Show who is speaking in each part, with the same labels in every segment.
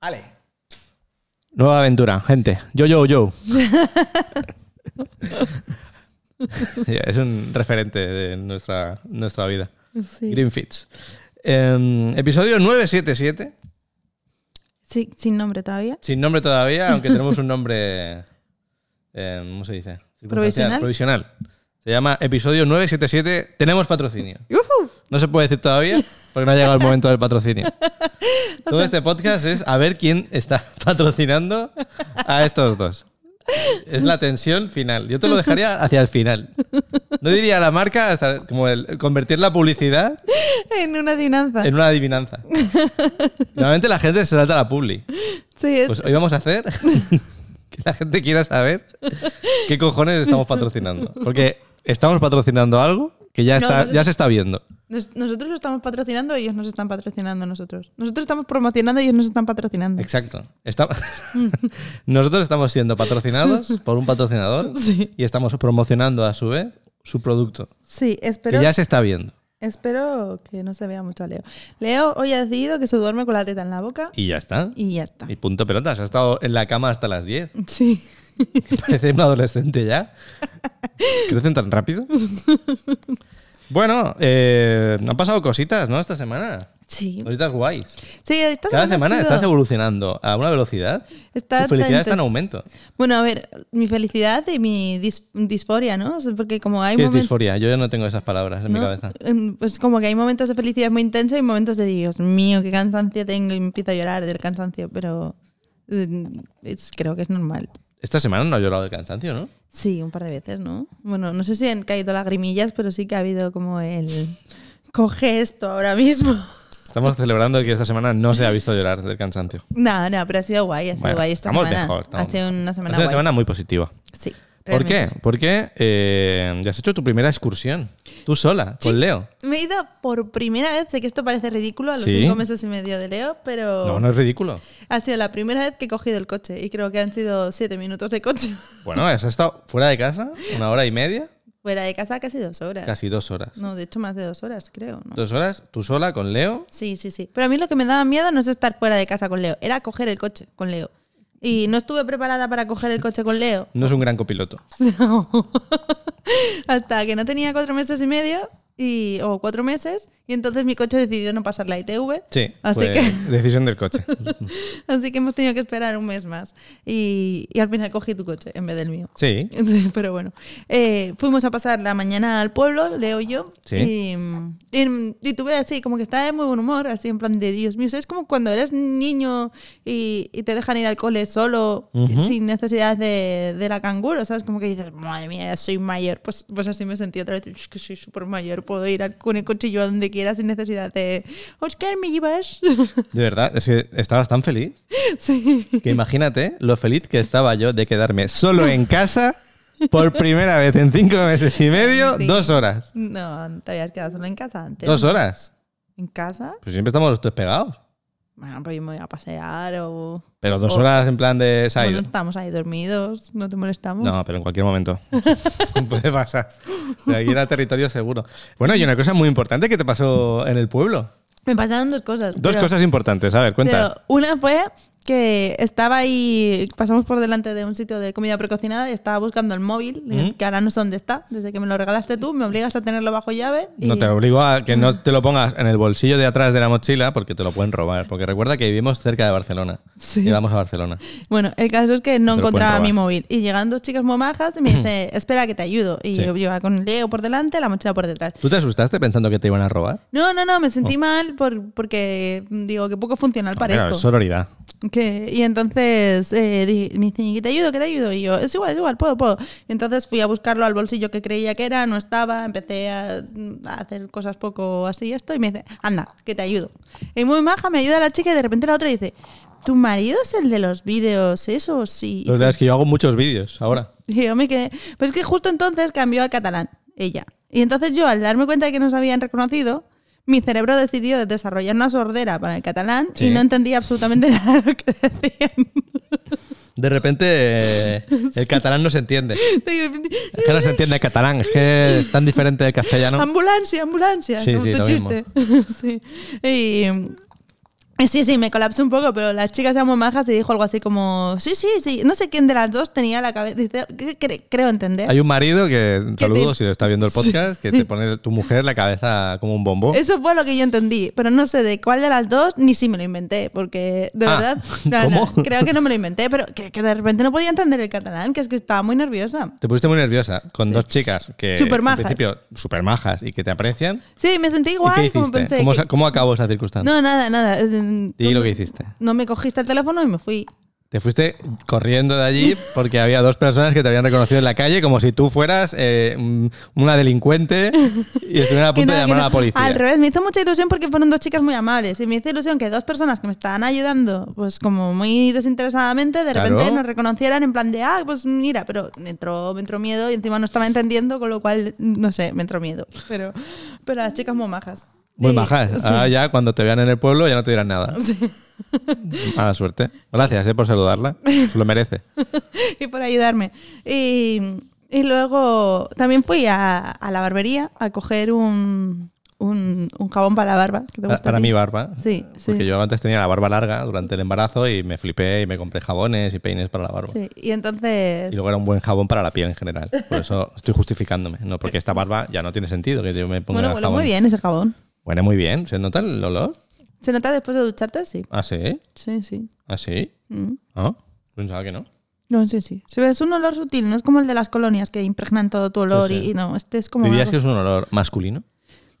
Speaker 1: Ale.
Speaker 2: Nueva aventura, gente. Yo, yo, yo. es un referente de nuestra, nuestra vida.
Speaker 3: Sí.
Speaker 2: Greenfits. Eh, episodio 977.
Speaker 3: Sí, sin nombre todavía.
Speaker 2: Sin nombre todavía, aunque tenemos un nombre. eh, ¿Cómo se dice? Circunstancial,
Speaker 3: Provisional.
Speaker 2: Provisional. Se llama episodio 977. Tenemos patrocinio.
Speaker 3: ¡Yujú!
Speaker 2: No se puede decir todavía porque no ha llegado el momento del patrocinio. Todo este podcast es a ver quién está patrocinando a estos dos. Es la tensión final. Yo te lo dejaría hacia el final. No diría la marca hasta como el convertir la publicidad
Speaker 3: En una dinanza.
Speaker 2: en una adivinanza. Normalmente la gente se salta a la publi.
Speaker 3: Sí, es-
Speaker 2: Pues hoy vamos a hacer que la gente quiera saber qué cojones estamos patrocinando. Porque estamos patrocinando algo que ya, está, ya se está viendo.
Speaker 3: nos- nosotros lo estamos patrocinando, ellos nos están patrocinando a nosotros. Nosotros estamos promocionando, ellos nos están patrocinando.
Speaker 2: Exacto. Está- Nosotros estamos siendo patrocinados por un patrocinador
Speaker 3: Sí.
Speaker 2: y estamos promocionando a su vez su producto,
Speaker 3: Sí, espero,
Speaker 2: que ya se está viendo.
Speaker 3: espero que no se vea mucho a Leo. Leo hoy ha decidido que se duerme con la teta en la boca
Speaker 2: Y ya está. Y,
Speaker 3: y ya está.
Speaker 2: punto pelotas. Ha estado en la cama hasta las 10.
Speaker 3: Sí.
Speaker 2: Que parece un adolescente ya. ¿Crecen tan rápido? Bueno, eh, han pasado cositas, ¿no? Esta semana.
Speaker 3: Sí.
Speaker 2: Cositas guays.
Speaker 3: Sí, esta
Speaker 2: Cada semana
Speaker 3: ha sido-
Speaker 2: estás evolucionando a una velocidad.
Speaker 3: Está
Speaker 2: tu felicidad está en
Speaker 3: tan-
Speaker 2: aumento.
Speaker 3: Bueno, a ver, mi felicidad y mi dis- disforia, ¿no? Porque como hay
Speaker 2: ¿Qué es
Speaker 3: momentos...
Speaker 2: disforia? Yo ya no tengo esas palabras en mi
Speaker 3: ¿no?
Speaker 2: cabeza.
Speaker 3: En- Pues como que hay momentos de felicidad muy intensa y momentos de Dios mío, qué cansancio tengo y me empiezo a llorar del cansancio, pero eh, es- creo que es normal.
Speaker 2: Esta semana no he llorado de cansancio, ¿no?
Speaker 3: Sí, un par de veces, ¿no? Bueno, no sé si han caído lagrimillas, pero sí que ha habido como el coge esto ahora mismo.
Speaker 2: Estamos celebrando que esta semana no se ha visto llorar del cansancio.
Speaker 3: No, no, pero ha sido guay, ha sido
Speaker 2: Bueno,
Speaker 3: guay esta
Speaker 2: estamos
Speaker 3: semana.
Speaker 2: mejor, estamos
Speaker 3: ha sido una semana
Speaker 2: es una
Speaker 3: guay.
Speaker 2: semana muy positiva.
Speaker 3: Sí.
Speaker 2: ¿Por qué?
Speaker 3: realmente sí.
Speaker 2: Porque eh, ya has hecho tu primera excursión, tú sola, con Leo.
Speaker 3: Me he ido por primera vez, sé que esto parece ridículo a los
Speaker 2: Sí.
Speaker 3: cinco meses y medio de Leo, pero...
Speaker 2: No, no es ridículo.
Speaker 3: Ha sido la primera vez que he cogido el coche y creo que han sido siete minutos de coche.
Speaker 2: Bueno, has estado fuera de casa una hora y media,
Speaker 3: Fuera de casa casi dos horas.
Speaker 2: casi dos horas.
Speaker 3: No, de hecho más de dos horas, creo, ¿no?
Speaker 2: Dos horas, tú sola, con Leo.
Speaker 3: Sí, sí, sí. Pero a mí lo que me daba miedo no es estar fuera de casa con Leo, era coger el coche con Leo. Y no estuve preparada para coger el coche con Leo.
Speaker 2: No es un gran copiloto.
Speaker 3: No. Hasta que no tenía cuatro meses y medio y, o cuatro meses y entonces mi coche decidió no pasar la ITV.
Speaker 2: Sí,
Speaker 3: Así
Speaker 2: fue
Speaker 3: que-
Speaker 2: decisión del coche.
Speaker 3: Así que hemos tenido que esperar un mes más. Y, y al final cogí tu coche en vez del mío.
Speaker 2: Sí,
Speaker 3: Sí, Pero bueno, Eh, fuimos a pasar la mañana al pueblo, Leo y yo,
Speaker 2: Sí.
Speaker 3: y, mm, y, y tuve así, como que estaba de muy buen humor, así en plan de Dios mío, es como cuando eres niño y, y te dejan ir al cole solo,
Speaker 2: Ujú.
Speaker 3: sin necesidad de, de la canguro, ¿sabes? Como que dices, madre mía, ya soy mayor, pues, pues así me sentí otra vez, es que soy súper mayor, puedo ir al- con el coche yo a donde quiera sin necesidad de, Oscar, ¿me llevas?
Speaker 2: de verdad, es que estabas tan feliz
Speaker 3: sí.
Speaker 2: que imagínate lo feliz que estaba yo de quedarme solo en casa por primera vez en cinco meses y medio,
Speaker 3: Sí.
Speaker 2: dos horas.
Speaker 3: No, no te habías quedado solo en casa antes.
Speaker 2: Dos horas.
Speaker 3: ¿En casa?
Speaker 2: Pues siempre estamos los tres pegados.
Speaker 3: Bueno, pues yo me voy a pasear o...
Speaker 2: Pero dos
Speaker 3: O-
Speaker 2: horas en plan de se ha
Speaker 3: Oh. Bueno,
Speaker 2: ido.
Speaker 3: estamos ahí dormidos, no te molestamos.
Speaker 2: No, pero en cualquier momento. Puede pasar. De aquí era territorio seguro. Bueno, y una cosa muy importante que te pasó en el pueblo.
Speaker 3: Me pasaron dos cosas.
Speaker 2: Dos
Speaker 3: pero-
Speaker 2: cosas importantes. A ver, cuenta.
Speaker 3: pero una fue que estaba ahí, pasamos por delante de un sitio de comida precocinada y estaba buscando el móvil,
Speaker 2: ¿Mm?
Speaker 3: que ahora no sé dónde está, desde que me lo regalaste tú, me obligas a tenerlo bajo llave. Y...
Speaker 2: No te obligo a que no te lo pongas en el bolsillo de atrás de la mochila porque te lo pueden robar. Porque recuerda que vivimos cerca de Barcelona.
Speaker 3: Sí.
Speaker 2: Y vamos a Barcelona.
Speaker 3: Bueno, el caso es
Speaker 2: Te
Speaker 3: que no
Speaker 2: lo pueden
Speaker 3: encontraba
Speaker 2: robar.
Speaker 3: mi móvil. Y llegan dos chicas muy majas y me dice, espera que te ayudo. Y
Speaker 2: Sí.
Speaker 3: yo iba con Leo por delante, la mochila por detrás.
Speaker 2: ¿Tú te asustaste pensando que te iban a robar?
Speaker 3: No, no, no, me
Speaker 2: Oh.
Speaker 3: sentí mal por, porque digo que poco funcional
Speaker 2: No, claro,
Speaker 3: parezco.
Speaker 2: es sororidad.
Speaker 3: Que, y entonces eh, di- me dicen, ¿qué te ayudo? ¿Qué te ayudo? Y yo, es igual, es igual, puedo, puedo. Y entonces fui a buscarlo al bolsillo que creía que era, no estaba, empecé a, a hacer cosas poco así y esto, y me dice, anda, que te ayudo. Y muy maja, me ayuda la chica y de repente la otra dice, ¿tu marido es el de los vídeos, eso sí?
Speaker 2: La verdad es que yo hago muchos vídeos ahora.
Speaker 3: Y yo me quedé. Pues es que justo entonces cambió al catalán, ella. Y entonces yo, al darme cuenta de que nos habían reconocido, mi cerebro decidió desarrollar una sordera para el catalán
Speaker 2: Sí.
Speaker 3: y no entendía absolutamente nada de lo que decían.
Speaker 2: De repente eh, el catalán no se entiende.
Speaker 3: De repente,
Speaker 2: Es que no se entiende el catalán, es que es tan diferente del castellano.
Speaker 3: Ambulancia, ambulancia.
Speaker 2: Sí,
Speaker 3: como
Speaker 2: sí,
Speaker 3: tu
Speaker 2: lo
Speaker 3: chiste. sí. Y, eh, Sí, sí, me colapsó un poco, pero las chicas eran muy majas y dijo algo así como, sí, sí, sí, no sé quién de las dos tenía la cabeza, dice, "Cre- cre- creo entender.
Speaker 2: Hay un marido que,
Speaker 3: Que te-
Speaker 2: saludos si lo está viendo el podcast, que te pone tu mujer la cabeza como un bombo.
Speaker 3: Eso fue lo que yo entendí, pero no sé de cuál de las dos ni si me lo inventé, porque de
Speaker 2: Ah,
Speaker 3: verdad, no, no,
Speaker 2: ¿cómo?
Speaker 3: creo que no me lo inventé, pero que, que de repente no podía entender el catalán, que es que estaba muy nerviosa.
Speaker 2: Te pusiste muy nerviosa con dos chicas que
Speaker 3: Supermajas.
Speaker 2: en principio super majas y que te aprecian.
Speaker 3: Sí, me sentí
Speaker 2: ¿Y qué
Speaker 3: igual, como
Speaker 2: hiciste?
Speaker 3: pensé.
Speaker 2: ¿Cómo,
Speaker 3: que-
Speaker 2: sa- cómo acabó esa circunstancia?
Speaker 3: No, nada, nada. es- mm,
Speaker 2: Di
Speaker 3: no
Speaker 2: lo
Speaker 3: me-
Speaker 2: que hiciste.
Speaker 3: No me cogiste el teléfono y me fui.
Speaker 2: Te fuiste corriendo de allí porque había dos personas que te habían reconocido en la calle como si tú fueras eh, un- una delincuente y estuvieran a
Speaker 3: Que
Speaker 2: punto
Speaker 3: no,
Speaker 2: de llamar
Speaker 3: que no.
Speaker 2: a la policía.
Speaker 3: Al revés, me hizo mucha ilusión porque fueron dos chicas muy amables. Y me hizo ilusión que dos personas que me estaban ayudando, pues como muy desinteresadamente, de
Speaker 2: Claro.
Speaker 3: repente nos reconocieran en plan de, ah, pues mira, pero me entró, me entró miedo y encima no estaba entendiendo, con lo cual, no sé, me entró miedo. Pero, pero las chicas muy majas.
Speaker 2: Muy
Speaker 3: Y-
Speaker 2: majas. ah.
Speaker 3: sí.
Speaker 2: Ahora ya cuando te vean en el pueblo ya no te dirán nada. Mala suerte. Gracias eh, por saludarla. Se lo merece.
Speaker 3: y por ayudarme. Y, y luego también fui a, a la barbería a coger un, un, un jabón para la barba. que te
Speaker 2: Para,
Speaker 3: gusta
Speaker 2: para
Speaker 3: a ti.
Speaker 2: mi barba.
Speaker 3: Sí, sí.
Speaker 2: Porque yo antes tenía la barba larga durante el embarazo y me flipé y me compré jabones y peines para la barba.
Speaker 3: Sí, y entonces...
Speaker 2: Y luego era un buen jabón para la piel en general. Por eso estoy justificándome. No, porque esta barba ya no tiene sentido que yo me ponga
Speaker 3: Bueno,
Speaker 2: jabón.
Speaker 3: huele muy bien ese jabón.
Speaker 2: Huele muy bien. ¿Se nota el olor?
Speaker 3: ¿Se nota después de ducharte? Sí.
Speaker 2: ¿Ah, sí?
Speaker 3: Sí, sí.
Speaker 2: ¿Ah, sí?
Speaker 3: Mm.
Speaker 2: ¿Ah? Pensaba que no.
Speaker 3: No, sí, sí. Se ve, es un olor sutil, no es como el de las colonias que impregnan todo tu olor
Speaker 2: Sí, sí.
Speaker 3: y, y no, este es como...
Speaker 2: ¿Dirías
Speaker 3: algo-
Speaker 2: que es un olor masculino?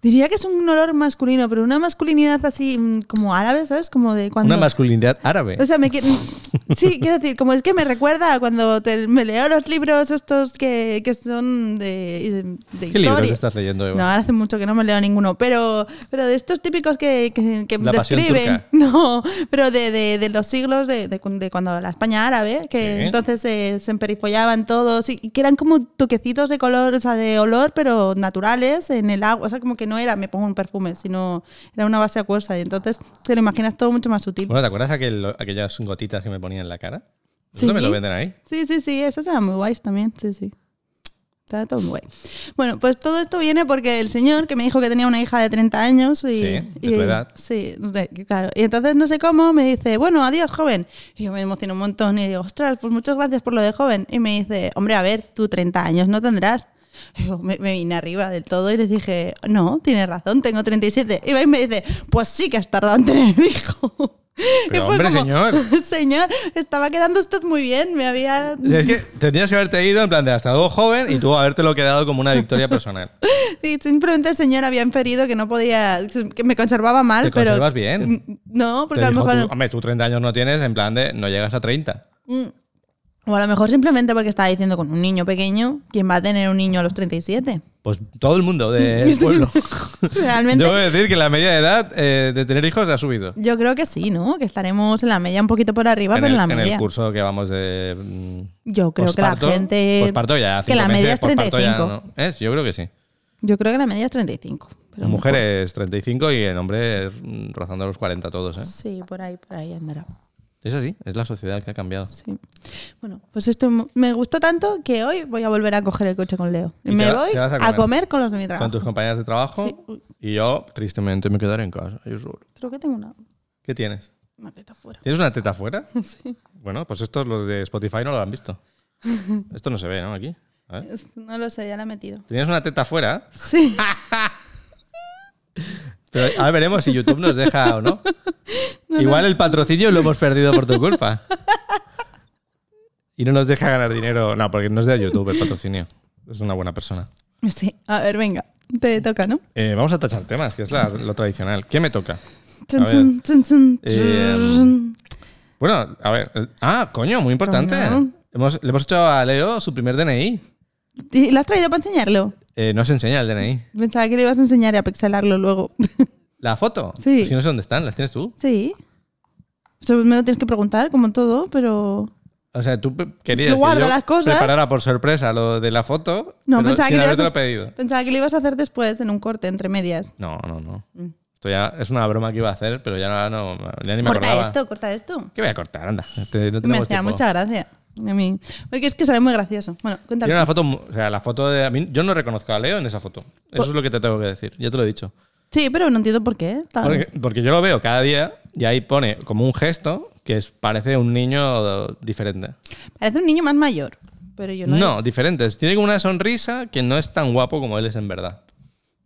Speaker 3: Diría que es un olor masculino, pero una masculinidad así mm, como árabe, ¿sabes? Como de cuando...
Speaker 2: Una masculinidad árabe.
Speaker 3: O sea, me qui- sí, quiero decir, como es que me recuerda a cuando te- me leo los libros estos que, que son de, de
Speaker 2: ¿Qué libros
Speaker 3: historia.
Speaker 2: estás leyendo,
Speaker 3: No,
Speaker 2: Eva?
Speaker 3: ahora hace mucho que no me leo ninguno, pero, pero de estos típicos que, que, que
Speaker 2: La pasión
Speaker 3: describen.
Speaker 2: turca.
Speaker 3: No, pero de, de- de los siglos de, de cu- de cuando la España árabe, que
Speaker 2: Sí.
Speaker 3: entonces eh, se emperifollaban todos y, y que eran como toquecitos de color, o sea, de olor, pero naturales en el agua. O sea, como que no era me pongo un perfume, sino era una base acuosa. Y entonces te lo imaginas todo mucho más sutil.
Speaker 2: Bueno, ¿te acuerdas aquel- aquellas gotitas que me ponía en la cara?
Speaker 3: Sí.
Speaker 2: ¿No me lo venden ahí?
Speaker 3: Sí, sí, sí, esas eran muy guays también, sí, sí. Estaba todo muy guay. Bueno, pues todo esto viene porque el señor que me dijo que tenía una hija de 30 años y...
Speaker 2: de
Speaker 3: y-
Speaker 2: tu edad.
Speaker 3: Sí, de- claro. Y entonces no sé cómo me dice, bueno, adiós, joven. Y yo me emociono un montón y digo, ostras, pues muchas gracias por lo de joven. Y me dice, hombre, a ver, tú 30 años no tendrás. Y yo me, me vine arriba del todo y les dije, no, tienes razón, tengo 37. Y va y me dice, pues sí que has tardado en tener hijo. Y
Speaker 2: Pero,
Speaker 3: fue
Speaker 2: hombre, señor.
Speaker 3: Señor, estaba quedando usted muy bien, me había...
Speaker 2: O sea, es que tendrías que haberte ido en plan de hasta luego joven y tú habértelo quedado como una victoria personal.
Speaker 3: Sí, simplemente el señor había inferido que no podía, que me conservaba mal,
Speaker 2: Te
Speaker 3: pero... Mm,
Speaker 2: conservas bien.
Speaker 3: No, porque
Speaker 2: Te
Speaker 3: a lo
Speaker 2: dijo
Speaker 3: mejor...
Speaker 2: tú, hombre, tú 30 años no tienes, en plan de no llegas a 30.
Speaker 3: Mm. O a lo mejor simplemente porque estaba diciendo con un niño pequeño, ¿quién va a tener un niño a los 37?
Speaker 2: Pues todo el mundo del pueblo.
Speaker 3: Este Realmente...
Speaker 2: Debo decir que la media de edad eh, de tener hijos ha subido.
Speaker 3: Yo creo que sí, ¿no? Que estaremos en la media un poquito por arriba,
Speaker 2: en,
Speaker 3: pero
Speaker 2: el,
Speaker 3: en la
Speaker 2: en el
Speaker 3: media.
Speaker 2: curso que vamos de. mm,
Speaker 3: Yo creo que la
Speaker 2: posparto,
Speaker 3: gente.
Speaker 2: Posparto ya,
Speaker 3: que la
Speaker 2: cinco
Speaker 3: media
Speaker 2: meses,
Speaker 3: es
Speaker 2: posparto
Speaker 3: 35.
Speaker 2: ya no. ¿Eh? Yo creo que sí.
Speaker 3: Yo creo que la media es 35. Pero
Speaker 2: En mujeres 35 y en hombres mm, rozando los 40 todos. ¿eh?
Speaker 3: Sí, por ahí, por ahí andará.
Speaker 2: Es así, es la sociedad que ha cambiado.
Speaker 3: Sí. Bueno, pues esto m- me gustó tanto que hoy voy a volver a coger el coche con Leo. Y
Speaker 2: ¿Y
Speaker 3: me
Speaker 2: te va-
Speaker 3: voy
Speaker 2: te vas
Speaker 3: a
Speaker 2: a
Speaker 3: comer?
Speaker 2: comer?
Speaker 3: con los de mi
Speaker 2: Con
Speaker 3: trabajo.
Speaker 2: tus compañeras de trabajo y yo tristemente me quedaré en casa. yo solo.
Speaker 3: Creo que tengo una,
Speaker 2: ¿Qué tienes?
Speaker 3: una teta fuera.
Speaker 2: ¿Tienes una teta afuera?
Speaker 3: Sí.
Speaker 2: Bueno, pues estos los de Spotify no lo han visto. Esto no se ve, ¿no? Aquí. A ver.
Speaker 3: Es- No lo sé, ya la he metido.
Speaker 2: Tenías una teta afuera,
Speaker 3: Sí.
Speaker 2: pero ahora veremos si YouTube nos deja o no. Igual el patrocinio lo hemos perdido por tu culpa. Y no nos deja ganar dinero. No, porque no es de YouTube el patrocinio. Es una buena persona.
Speaker 3: Sí. A ver, venga. Te toca, ¿no?
Speaker 2: Eh, vamos a tachar temas, que es la- lo tradicional. ¿Qué me toca?
Speaker 3: Chun,
Speaker 2: ver.
Speaker 3: chun, chun, chun,
Speaker 2: Eh,
Speaker 3: chun.
Speaker 2: Bueno, a ver. eh, Ah, coño, muy importante.
Speaker 3: Coño.
Speaker 2: Hemos- le hemos hecho a Leo su primer DNI.
Speaker 3: ¿Y ¿Lo has traído para enseñarlo?
Speaker 2: Eh, no se enseña el DNI.
Speaker 3: Pensaba que le ibas a enseñar y a pixelarlo luego.
Speaker 2: ¿La foto?
Speaker 3: Sí.
Speaker 2: Si no sé dónde están, las tienes tú.
Speaker 3: sí. O sea, me lo tienes que preguntar, como todo, pero.
Speaker 2: O sea, tú pe- querías
Speaker 3: Yo guardo
Speaker 2: que yo
Speaker 3: las cosas.
Speaker 2: preparara por sorpresa lo de la foto,
Speaker 3: No,
Speaker 2: pero
Speaker 3: pensaba,
Speaker 2: sin
Speaker 3: que le ibas
Speaker 2: habértelo
Speaker 3: a-
Speaker 2: pedido.
Speaker 3: pensaba que lo ibas a hacer después, en un corte, entre medias.
Speaker 2: No, no, no.
Speaker 3: Mm.
Speaker 2: Esto ya es una broma que iba a hacer, pero ya no, no- ya ni me
Speaker 3: corta
Speaker 2: acordaba.
Speaker 3: esto, corta esto.
Speaker 2: ¿Qué voy a cortar? Anda, te- no
Speaker 3: Me
Speaker 2: tenemos
Speaker 3: hacía
Speaker 2: tiempo.
Speaker 3: mucha gracia. A mí. Porque es que sale muy gracioso. Bueno, cuéntalo.
Speaker 2: Tiene una foto, mu- o sea, la foto de... a mí- yo no reconozco a Leo en esa foto. Eso es lo que te tengo que decir, ya te lo he dicho.
Speaker 3: Sí, pero no entiendo por qué. eh, tal.
Speaker 2: Porque, porque yo lo veo cada día Y ahí pone como un gesto que es- parece un niño diferente.
Speaker 3: Parece un niño más mayor, pero yo no.
Speaker 2: No, diferentes. Tiene como una sonrisa que no es tan guapo como él es en verdad.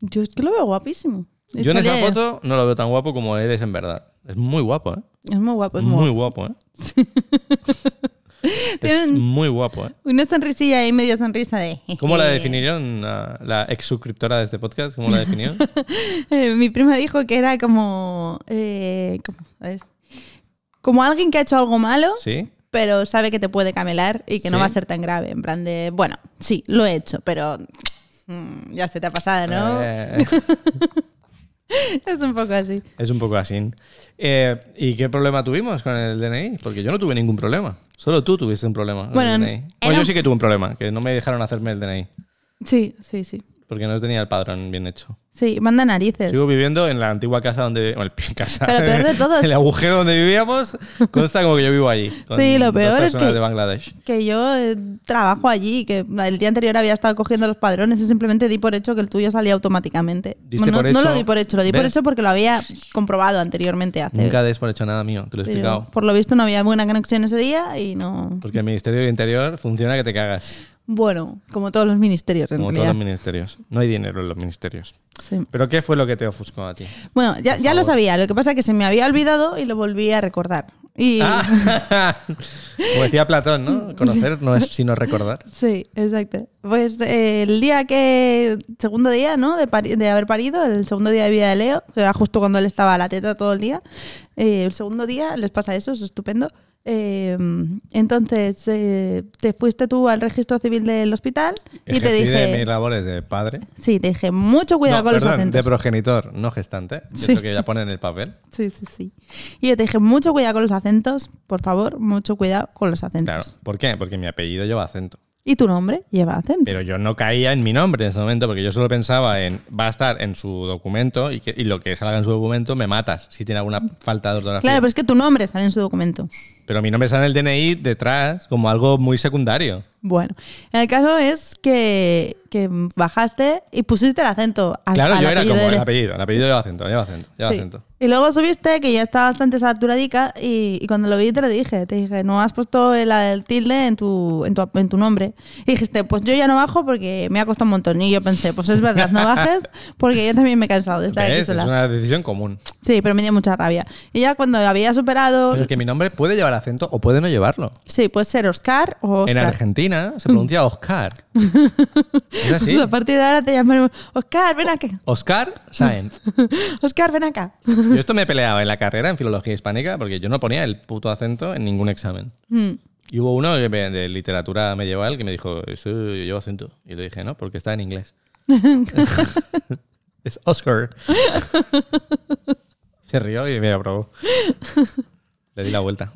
Speaker 3: Yo es que lo veo guapísimo.
Speaker 2: Yo en esa
Speaker 3: Estaría-
Speaker 2: foto no lo veo tan guapo como él es en verdad. Es muy guapo, ¿eh?
Speaker 3: Es muy guapo, es Pues muy,
Speaker 2: muy
Speaker 3: guapo.
Speaker 2: guapo, ¿eh? es
Speaker 3: Tienen-
Speaker 2: muy guapo, ¿eh?
Speaker 3: Una sonrisilla y media sonrisa de.
Speaker 2: ¿Cómo la
Speaker 3: jeje.
Speaker 2: definirían la, la ex suscriptora de este podcast? ¿Cómo la definió?
Speaker 3: Eh, mi prima dijo que era como. eh, como, a ver, como alguien que ha hecho algo malo,
Speaker 2: ¿Sí?
Speaker 3: pero sabe que te puede camelar y que no
Speaker 2: Sí.
Speaker 3: va a ser tan grave. En plan de. Bueno, sí, lo he hecho, pero. mm, ya se te ha pasado, ¿no?
Speaker 2: Eh,
Speaker 3: Es un poco así.
Speaker 2: es un poco así. Eh, ¿Y qué problema tuvimos con el DNI? Porque yo no tuve ningún problema. Solo tú tuviste un problema. con el
Speaker 3: Bueno,
Speaker 2: DNI. Bueno,
Speaker 3: era-
Speaker 2: yo sí que tuve un problema, que no me dejaron hacerme el DNI.
Speaker 3: Sí, sí, sí.
Speaker 2: Porque no tenía el padrón bien hecho.
Speaker 3: Sí, manda narices.
Speaker 2: Sigo viviendo en la antigua casa donde. Bueno, en casa.
Speaker 3: Pero peor de todo es
Speaker 2: El agujero donde vivíamos consta como que yo vivo allí. con
Speaker 3: Sí, lo
Speaker 2: dos
Speaker 3: peor es
Speaker 2: personas
Speaker 3: que-
Speaker 2: de Bangladesh.
Speaker 3: Que yo eh, trabajo allí, que el día anterior había estado cogiendo los padrones y simplemente di por hecho que el tuyo salía automáticamente.
Speaker 2: Diste
Speaker 3: no,
Speaker 2: por
Speaker 3: no
Speaker 2: hecho,
Speaker 3: lo di por hecho, lo di por
Speaker 2: ¿ves?
Speaker 3: hecho porque lo había comprobado anteriormente hace.
Speaker 2: Nunca des por hecho nada mío, te lo he
Speaker 3: pero
Speaker 2: explicado.
Speaker 3: por lo visto no había buena conexión ese día y no.
Speaker 2: Porque el Ministerio del Interior funciona que te cagas,
Speaker 3: Bueno, como todos los ministerios en
Speaker 2: como todos
Speaker 3: realidad.
Speaker 2: los ministerios. No hay dinero en los ministerios.
Speaker 3: Sí.
Speaker 2: ¿Pero qué fue lo que te ofuscó a ti?
Speaker 3: Bueno, ya, ya lo sabía, lo que pasa es que se me había olvidado y lo volví a recordar. Y.
Speaker 2: Ah, como decía Platón, ¿no? Conocer no es sino recordar.
Speaker 3: Sí, exacto. Pues eh, el día que, segundo día, ¿no? De, pari- de haber parido, el segundo día de vida de Leo, que era justo cuando él estaba a la teta todo el día, eh, el segundo día les pasa eso, es estupendo. Eh, entonces, eh, te fuiste tú al registro civil del hospital y te
Speaker 2: Ejercí de
Speaker 3: dije...
Speaker 2: mis labores de padre.
Speaker 3: Sí, te dije, mucho cuidado
Speaker 2: No,
Speaker 3: con los
Speaker 2: perdón,
Speaker 3: acentos.
Speaker 2: de progenitor, no gestante.
Speaker 3: Sí.
Speaker 2: Eso que ya pone en el papel.
Speaker 3: Sí, sí, sí. Y yo te dije, mucho cuidado con los acentos, por favor, mucho cuidado con los acentos.
Speaker 2: Claro. ¿Por qué? Porque mi apellido lleva acento.
Speaker 3: Y tu nombre lleva acento.
Speaker 2: Pero yo no caía en mi nombre en ese momento, porque yo solo pensaba en va a estar en su documento y, que- y lo que salga en su documento me matas si tiene alguna falta de ortografía.
Speaker 3: Claro, pues- pero es que tu nombre sale en su documento.
Speaker 2: Pero mi nombre sale en el DNI detrás como algo muy secundario.
Speaker 3: Bueno, el caso es que, que bajaste y pusiste el acento. al-
Speaker 2: claro,
Speaker 3: al
Speaker 2: yo era
Speaker 3: apellido
Speaker 2: como
Speaker 3: de
Speaker 2: el
Speaker 3: él.
Speaker 2: apellido, el apellido lleva acento, lleva acento, lleva
Speaker 3: Sí.
Speaker 2: acento.
Speaker 3: Y luego subiste que ya estaba bastante saturadica y, y cuando lo vi te lo dije, te dije, no has puesto el, el tilde en tu, en, tu, en tu nombre. Y dijiste, pues yo ya no bajo porque me ha costado un montón. Y yo pensé, pues es verdad, no bajes porque yo también me he cansado de estar aquí
Speaker 2: ¿Ves? Es
Speaker 3: sola.
Speaker 2: una decisión común.
Speaker 3: Sí, pero me dio mucha rabia. Y ya cuando había superado...
Speaker 2: Pero es que mi nombre puede llevar acento o puede no llevarlo.
Speaker 3: Sí, puede ser Oscar o Oscar.
Speaker 2: En Argentina se pronuncia Oscar. ¿Es así?
Speaker 3: Pues a partir de ahora te llamaremos Oscar, ven acá.
Speaker 2: Oscar Sáenz.
Speaker 3: Oscar, ven acá.
Speaker 2: Yo esto me peleaba en la carrera en filología hispánica porque yo no ponía el puto acento en ningún examen.
Speaker 3: Mm.
Speaker 2: Y hubo uno que me- de literatura medieval que me dijo, eso lleva acento. Y le dije, no, porque está en inglés. es Oscar. Se rió y me aprobó. Le di la vuelta.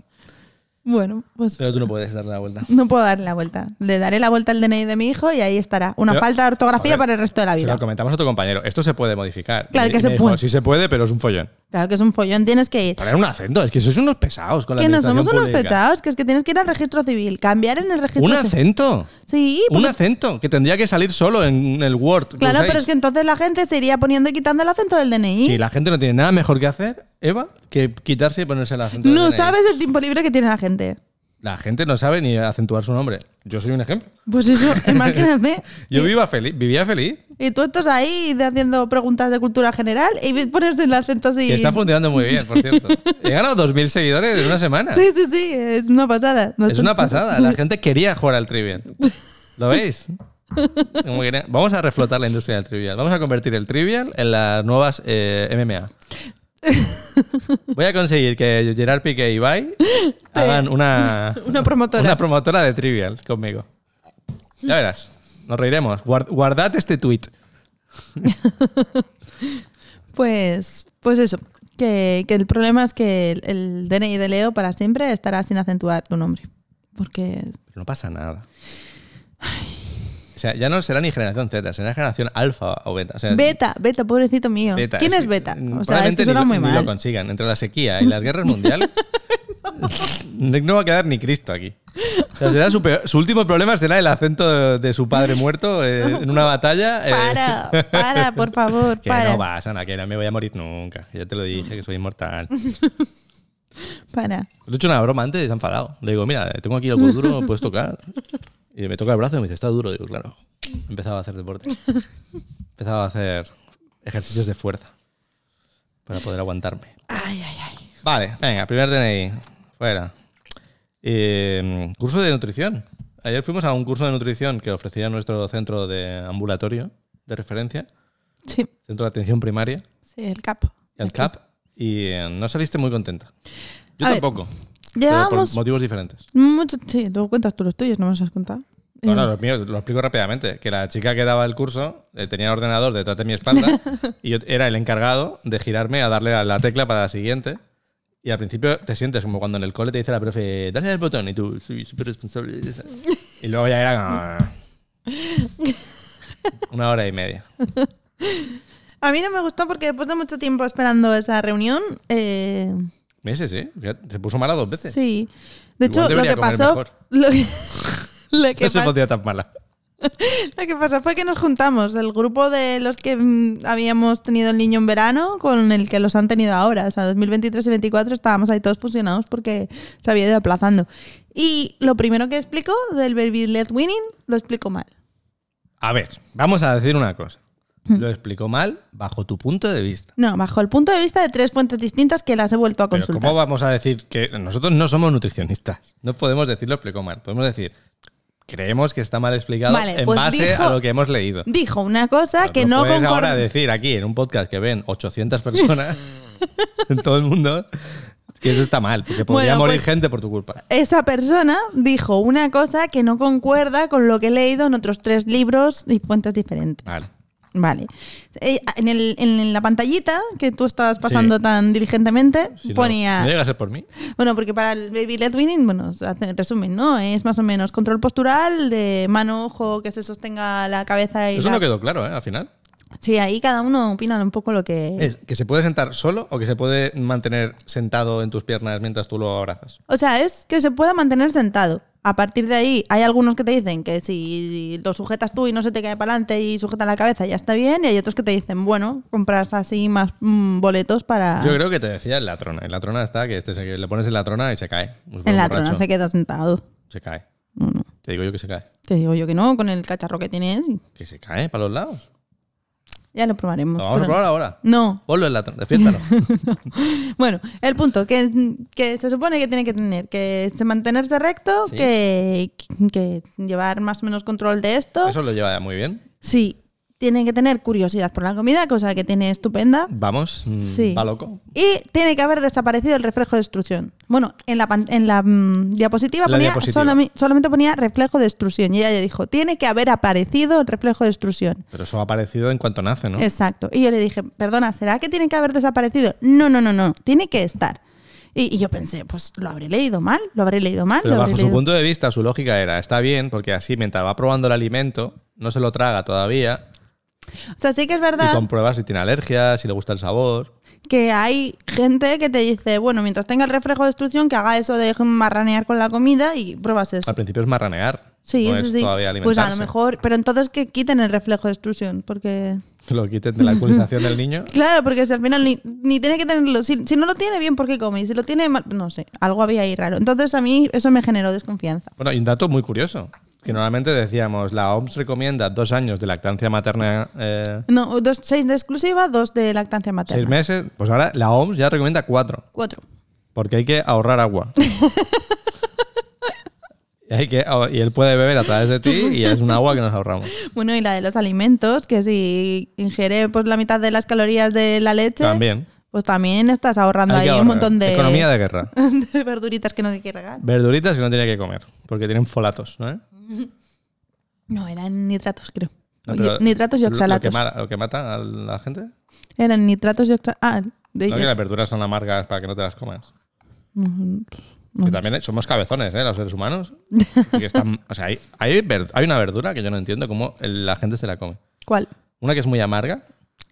Speaker 3: Bueno, pues
Speaker 2: Pero tú no puedes darle la vuelta.
Speaker 3: no puedo darle la vuelta. Le daré la vuelta al DNI de mi hijo y ahí estará. Una
Speaker 2: Pero-
Speaker 3: falta de ortografía
Speaker 2: joder,
Speaker 3: para el resto de la
Speaker 2: Se
Speaker 3: vida.
Speaker 2: lo comentamos a tu compañero. Esto se puede modificar.
Speaker 3: Claro
Speaker 2: Y-
Speaker 3: que
Speaker 2: y
Speaker 3: se
Speaker 2: me dijo,
Speaker 3: puede.
Speaker 2: Sí se puede, pero es un follón.
Speaker 3: Claro que es un follón, tienes que ir.
Speaker 2: Poner un acento. Es que sois unos pesados con la
Speaker 3: Que no somos
Speaker 2: administración
Speaker 3: unos
Speaker 2: pública.
Speaker 3: fechados, que es que tienes que ir al registro civil, cambiar en el registro
Speaker 2: Un
Speaker 3: civil.
Speaker 2: acento.
Speaker 3: Sí,
Speaker 2: Un
Speaker 3: porque-
Speaker 2: acento que tendría que salir solo en el Word. que
Speaker 3: claro,
Speaker 2: usáis.
Speaker 3: pero es que entonces la gente se iría poniendo y quitando el acento del DNI.
Speaker 2: Si la gente no tiene nada mejor que hacer, Eva, que quitarse y ponerse el acento. del
Speaker 3: no
Speaker 2: DNI.
Speaker 3: sabes el tiempo libre que tiene la gente.
Speaker 2: La gente no sabe ni acentuar su nombre. Yo soy un ejemplo.
Speaker 3: Pues eso, imagínate.
Speaker 2: Yo viva feliz, vivía feliz.
Speaker 3: Y tú estás ahí de- haciendo preguntas de cultura general y ves- pones el acento así.
Speaker 2: Que está funcionando muy bien, por cierto. He ganado 2.000 seguidores en una semana.
Speaker 3: Sí, sí, sí, es una pasada.
Speaker 2: Es una pasada. La gente quería jugar al trivial. ¿Lo veis? Como que- Vamos a reflotar la industria del trivial. Vamos a convertir el trivial en las nuevas eh, MMA. Voy a conseguir que Gerard Piqué y Ibai hagan una,
Speaker 3: Una promotora.
Speaker 2: una promotora de trivial conmigo. Ya verás. Nos reiremos. Guard- guardad este tweet.
Speaker 3: Pues, pues eso, que, que el problema es que el, el DNI de Leo para siempre estará sin acentuar tu nombre. Porque
Speaker 2: Pero no pasa nada. O sea, ya no será ni generación Z, será generación alfa o beta. O sea,
Speaker 3: Beta, Beta, pobrecito mío.
Speaker 2: Beta,
Speaker 3: ¿Quién es
Speaker 2: que,
Speaker 3: Beta?
Speaker 2: mm,
Speaker 3: O sea, es
Speaker 2: probablemente
Speaker 3: que suena
Speaker 2: ni,
Speaker 3: muy
Speaker 2: ni lo
Speaker 3: mal.
Speaker 2: consigan. Entre la sequía y las guerras mundiales, no. va a quedar ni Cristo aquí. sea, será su, peor- su último problema será el acento de, de su padre muerto eh, en una batalla. eh.
Speaker 3: Para, para, por favor,
Speaker 2: Que
Speaker 3: para.
Speaker 2: no vas, Ana, que no me voy a morir nunca. Ya te lo dije, que soy inmortal.
Speaker 3: Para.
Speaker 2: Le he hecho una broma antes y se ha enfadado. Le digo, mira, tengo aquí algo duro, ¿puedes tocar? Y me toca el brazo y me dice, está duro. Digo, claro. Empezaba a hacer deporte. Empezaba a hacer ejercicios de fuerza para poder aguantarme.
Speaker 3: Ay, ay, ay.
Speaker 2: Vale, venga, primer DNI. Fuera. Eh, curso de nutrición. Ayer fuimos a un curso de nutrición que ofrecía nuestro centro de ambulatorio de referencia,
Speaker 3: Sí,
Speaker 2: centro de atención primaria,
Speaker 3: sí, el capo.
Speaker 2: y al CAP, y eh, no saliste muy contenta. Yo
Speaker 3: A ver,
Speaker 2: tampoco. pero por
Speaker 3: Llevamos
Speaker 2: motivos diferentes.
Speaker 3: mucho. Sí, luego cuentas tú los tuyos, no me los has contado.
Speaker 2: No, no, los míos, Pues lo explico rápidamente. Que la chica que daba el curso eh, tenía el ordenador detrás de mi espalda y yo era el encargado de girarme a darle a la tecla para la siguiente. Y al principio te sientes como cuando en el cole te dice la profe, dale al botón y tú, soy súper responsable. Y luego ya era como- Una hora y media.
Speaker 3: A mí no me gustó porque después de mucho tiempo esperando esa reunión, eh,
Speaker 2: Meses, ¿eh? Ya Se puso mala dos veces.
Speaker 3: sí. De
Speaker 2: Igual
Speaker 3: hecho, lo
Speaker 2: debería
Speaker 3: que
Speaker 2: comer
Speaker 3: pasó,
Speaker 2: mejor.
Speaker 3: lo que, lo que
Speaker 2: No se
Speaker 3: pasó
Speaker 2: podía tan mala.
Speaker 3: Lo que pasó fue que nos juntamos, el grupo de los que mm, habíamos tenido el niño en verano con el que los han tenido ahora. O sea, 2023 y 2024 estábamos ahí todos fusionados porque se había ido aplazando. Y lo primero que explico del Baby Led Winning lo explico mal.
Speaker 2: A ver, vamos a decir una cosa. Lo explicó mal bajo tu punto de vista.
Speaker 3: No, bajo el punto de vista de tres fuentes distintas que las he vuelto a
Speaker 2: Pero
Speaker 3: consultar.
Speaker 2: ¿cómo vamos a decir que nosotros no somos nutricionistas? No podemos decirlo explicó mal. Podemos decir, creemos que está mal explicado
Speaker 3: Vale,
Speaker 2: en
Speaker 3: pues
Speaker 2: base
Speaker 3: dijo-
Speaker 2: a lo que hemos leído.
Speaker 3: Dijo una cosa que
Speaker 2: no
Speaker 3: no,
Speaker 2: puedes
Speaker 3: concorda-
Speaker 2: ahora decir aquí en un podcast que ven 800 personas en todo el mundo que eso está mal, porque podría
Speaker 3: Bueno,
Speaker 2: morir
Speaker 3: pues-
Speaker 2: gente por tu culpa.
Speaker 3: Esa persona dijo una cosa que no concuerda con lo que he leído en otros tres libros y fuentes diferentes.
Speaker 2: Vale.
Speaker 3: Vale. Eh, En, el- en la pantallita que tú estabas pasando
Speaker 2: Sí.
Speaker 3: tan diligentemente,
Speaker 2: Si no-
Speaker 3: ponía.
Speaker 2: si no llega a ser por mí.
Speaker 3: Bueno, porque para el baby led winning, bueno, se hace- en resumen, ¿no? Es más o menos control postural de mano, ojo, que se sostenga la cabeza y.
Speaker 2: Eso
Speaker 3: la-
Speaker 2: no quedó claro, ¿eh? Al final.
Speaker 3: Sí, ahí cada uno opina un poco lo que.
Speaker 2: Es que se puede sentar solo o que se puede mantener sentado en tus piernas mientras tú lo abrazas.
Speaker 3: O sea, es que se pueda mantener sentado. A partir de ahí, hay algunos que te dicen que si lo sujetas tú y no se te cae para adelante y sujeta la cabeza, ya está bien. Y hay otros que te dicen, bueno, compras así más mm, boletos para.
Speaker 2: Yo creo que te decía en la trona. En la trona está que este se- le pones en la trona y se cae. Un
Speaker 3: en la
Speaker 2: borracho.
Speaker 3: trona se queda sentado.
Speaker 2: Se cae.
Speaker 3: No, no.
Speaker 2: Te digo yo que se cae.
Speaker 3: Te digo yo que no, con el cacharro que tienes.
Speaker 2: Que se cae para los lados.
Speaker 3: Ya lo probaremos.
Speaker 2: Lo vamos a
Speaker 3: pero-
Speaker 2: probar ahora.
Speaker 3: No.
Speaker 2: Ponlo en la tron- despiértalo.
Speaker 3: Bueno, el punto, que, que se supone que tiene que tener, que se- mantenerse recto,
Speaker 2: Sí.
Speaker 3: que, que llevar más o menos control de esto.
Speaker 2: Eso lo lleva muy bien.
Speaker 3: Sí, tiene que tener curiosidad por la comida, cosa que tiene estupenda.
Speaker 2: Vamos. mm,
Speaker 3: Sí.
Speaker 2: Va loco.
Speaker 3: Y tiene que haber desaparecido el reflejo de extrusión. Bueno, en la, pan- en la mm, diapositiva,
Speaker 2: La
Speaker 3: ponía
Speaker 2: diapositiva.
Speaker 3: solami- solamente ponía reflejo de extrusión. Y ella ya dijo, tiene que haber aparecido el reflejo de extrusión.
Speaker 2: Pero eso ha aparecido en cuanto nace, ¿no?
Speaker 3: Exacto. Y yo le dije, perdona, ¿será que tiene que haber desaparecido? No, no, no, no, tiene que estar. Y, y yo pensé, pues lo habré leído mal, lo habré leído mal.
Speaker 2: Pero
Speaker 3: lo habré
Speaker 2: bajo su
Speaker 3: leído-
Speaker 2: punto de vista, su lógica era, está bien, porque así mientras va probando el alimento, no se lo traga todavía
Speaker 3: O sea, sí que es
Speaker 2: y
Speaker 3: verdad
Speaker 2: comprueba si tiene alergia, si le gusta el sabor.
Speaker 3: que hay gente que te dice, bueno, mientras tenga el reflejo de extrusión, que haga eso de marranear con la comida y pruebas eso.
Speaker 2: Al principio es marranear.
Speaker 3: Sí,
Speaker 2: no
Speaker 3: sí,
Speaker 2: es
Speaker 3: sí.
Speaker 2: todavía
Speaker 3: Pues
Speaker 2: alimentarse.
Speaker 3: a lo mejor, pero entonces que quiten el reflejo de extrusión, porque...
Speaker 2: Lo quiten de la actualización del niño.
Speaker 3: Claro, porque si al final ni, ni tiene que tenerlo, si, si no lo tiene bien, ¿por qué come? Y si lo tiene mal, no sé, algo había ahí raro. Entonces a mí eso me generó desconfianza.
Speaker 2: Bueno, y un dato muy curioso, que normalmente decíamos, la OMS recomienda dos años de lactancia materna, eh,
Speaker 3: No, dos, seis de exclusiva, dos de lactancia materna.
Speaker 2: seis meses, pues ahora la OMS ya recomienda cuatro,
Speaker 3: Cuatro.
Speaker 2: porque hay que ahorrar agua. y, hay que, ahor- y él puede beber a través de ti y es un agua que nos ahorramos.
Speaker 3: Bueno, y la de los alimentos, que si ingiere pues la mitad de las calorías de la leche,
Speaker 2: También.
Speaker 3: pues también estás ahorrando
Speaker 2: Hay
Speaker 3: ahí
Speaker 2: que
Speaker 3: un
Speaker 2: ahorrar.
Speaker 3: montón de,
Speaker 2: Economía de guerra.
Speaker 3: de verduritas que no hay que regar.
Speaker 2: Verduritas que no tenía que comer, porque tienen folatos, ¿no? ¿Eh?
Speaker 3: No, eran nitratos, creo.
Speaker 2: No,
Speaker 3: O
Speaker 2: Ah, pero
Speaker 3: ye- nitratos y
Speaker 2: lo- Lo que,
Speaker 3: oxalatos.
Speaker 2: mata, lo que mata a la gente.
Speaker 3: Eran nitratos y oxalatos. Ah, de-
Speaker 2: No que las verduras son amargas para que no te las comas.
Speaker 3: Mm,
Speaker 2: Que también eh, somos cabezones, ¿eh? Los seres humanos. Que están- o sea, hay, hay ver- hay una verdura que yo no entiendo cómo el- la gente se la come.
Speaker 3: ¿Cuál?
Speaker 2: Una que es muy amarga.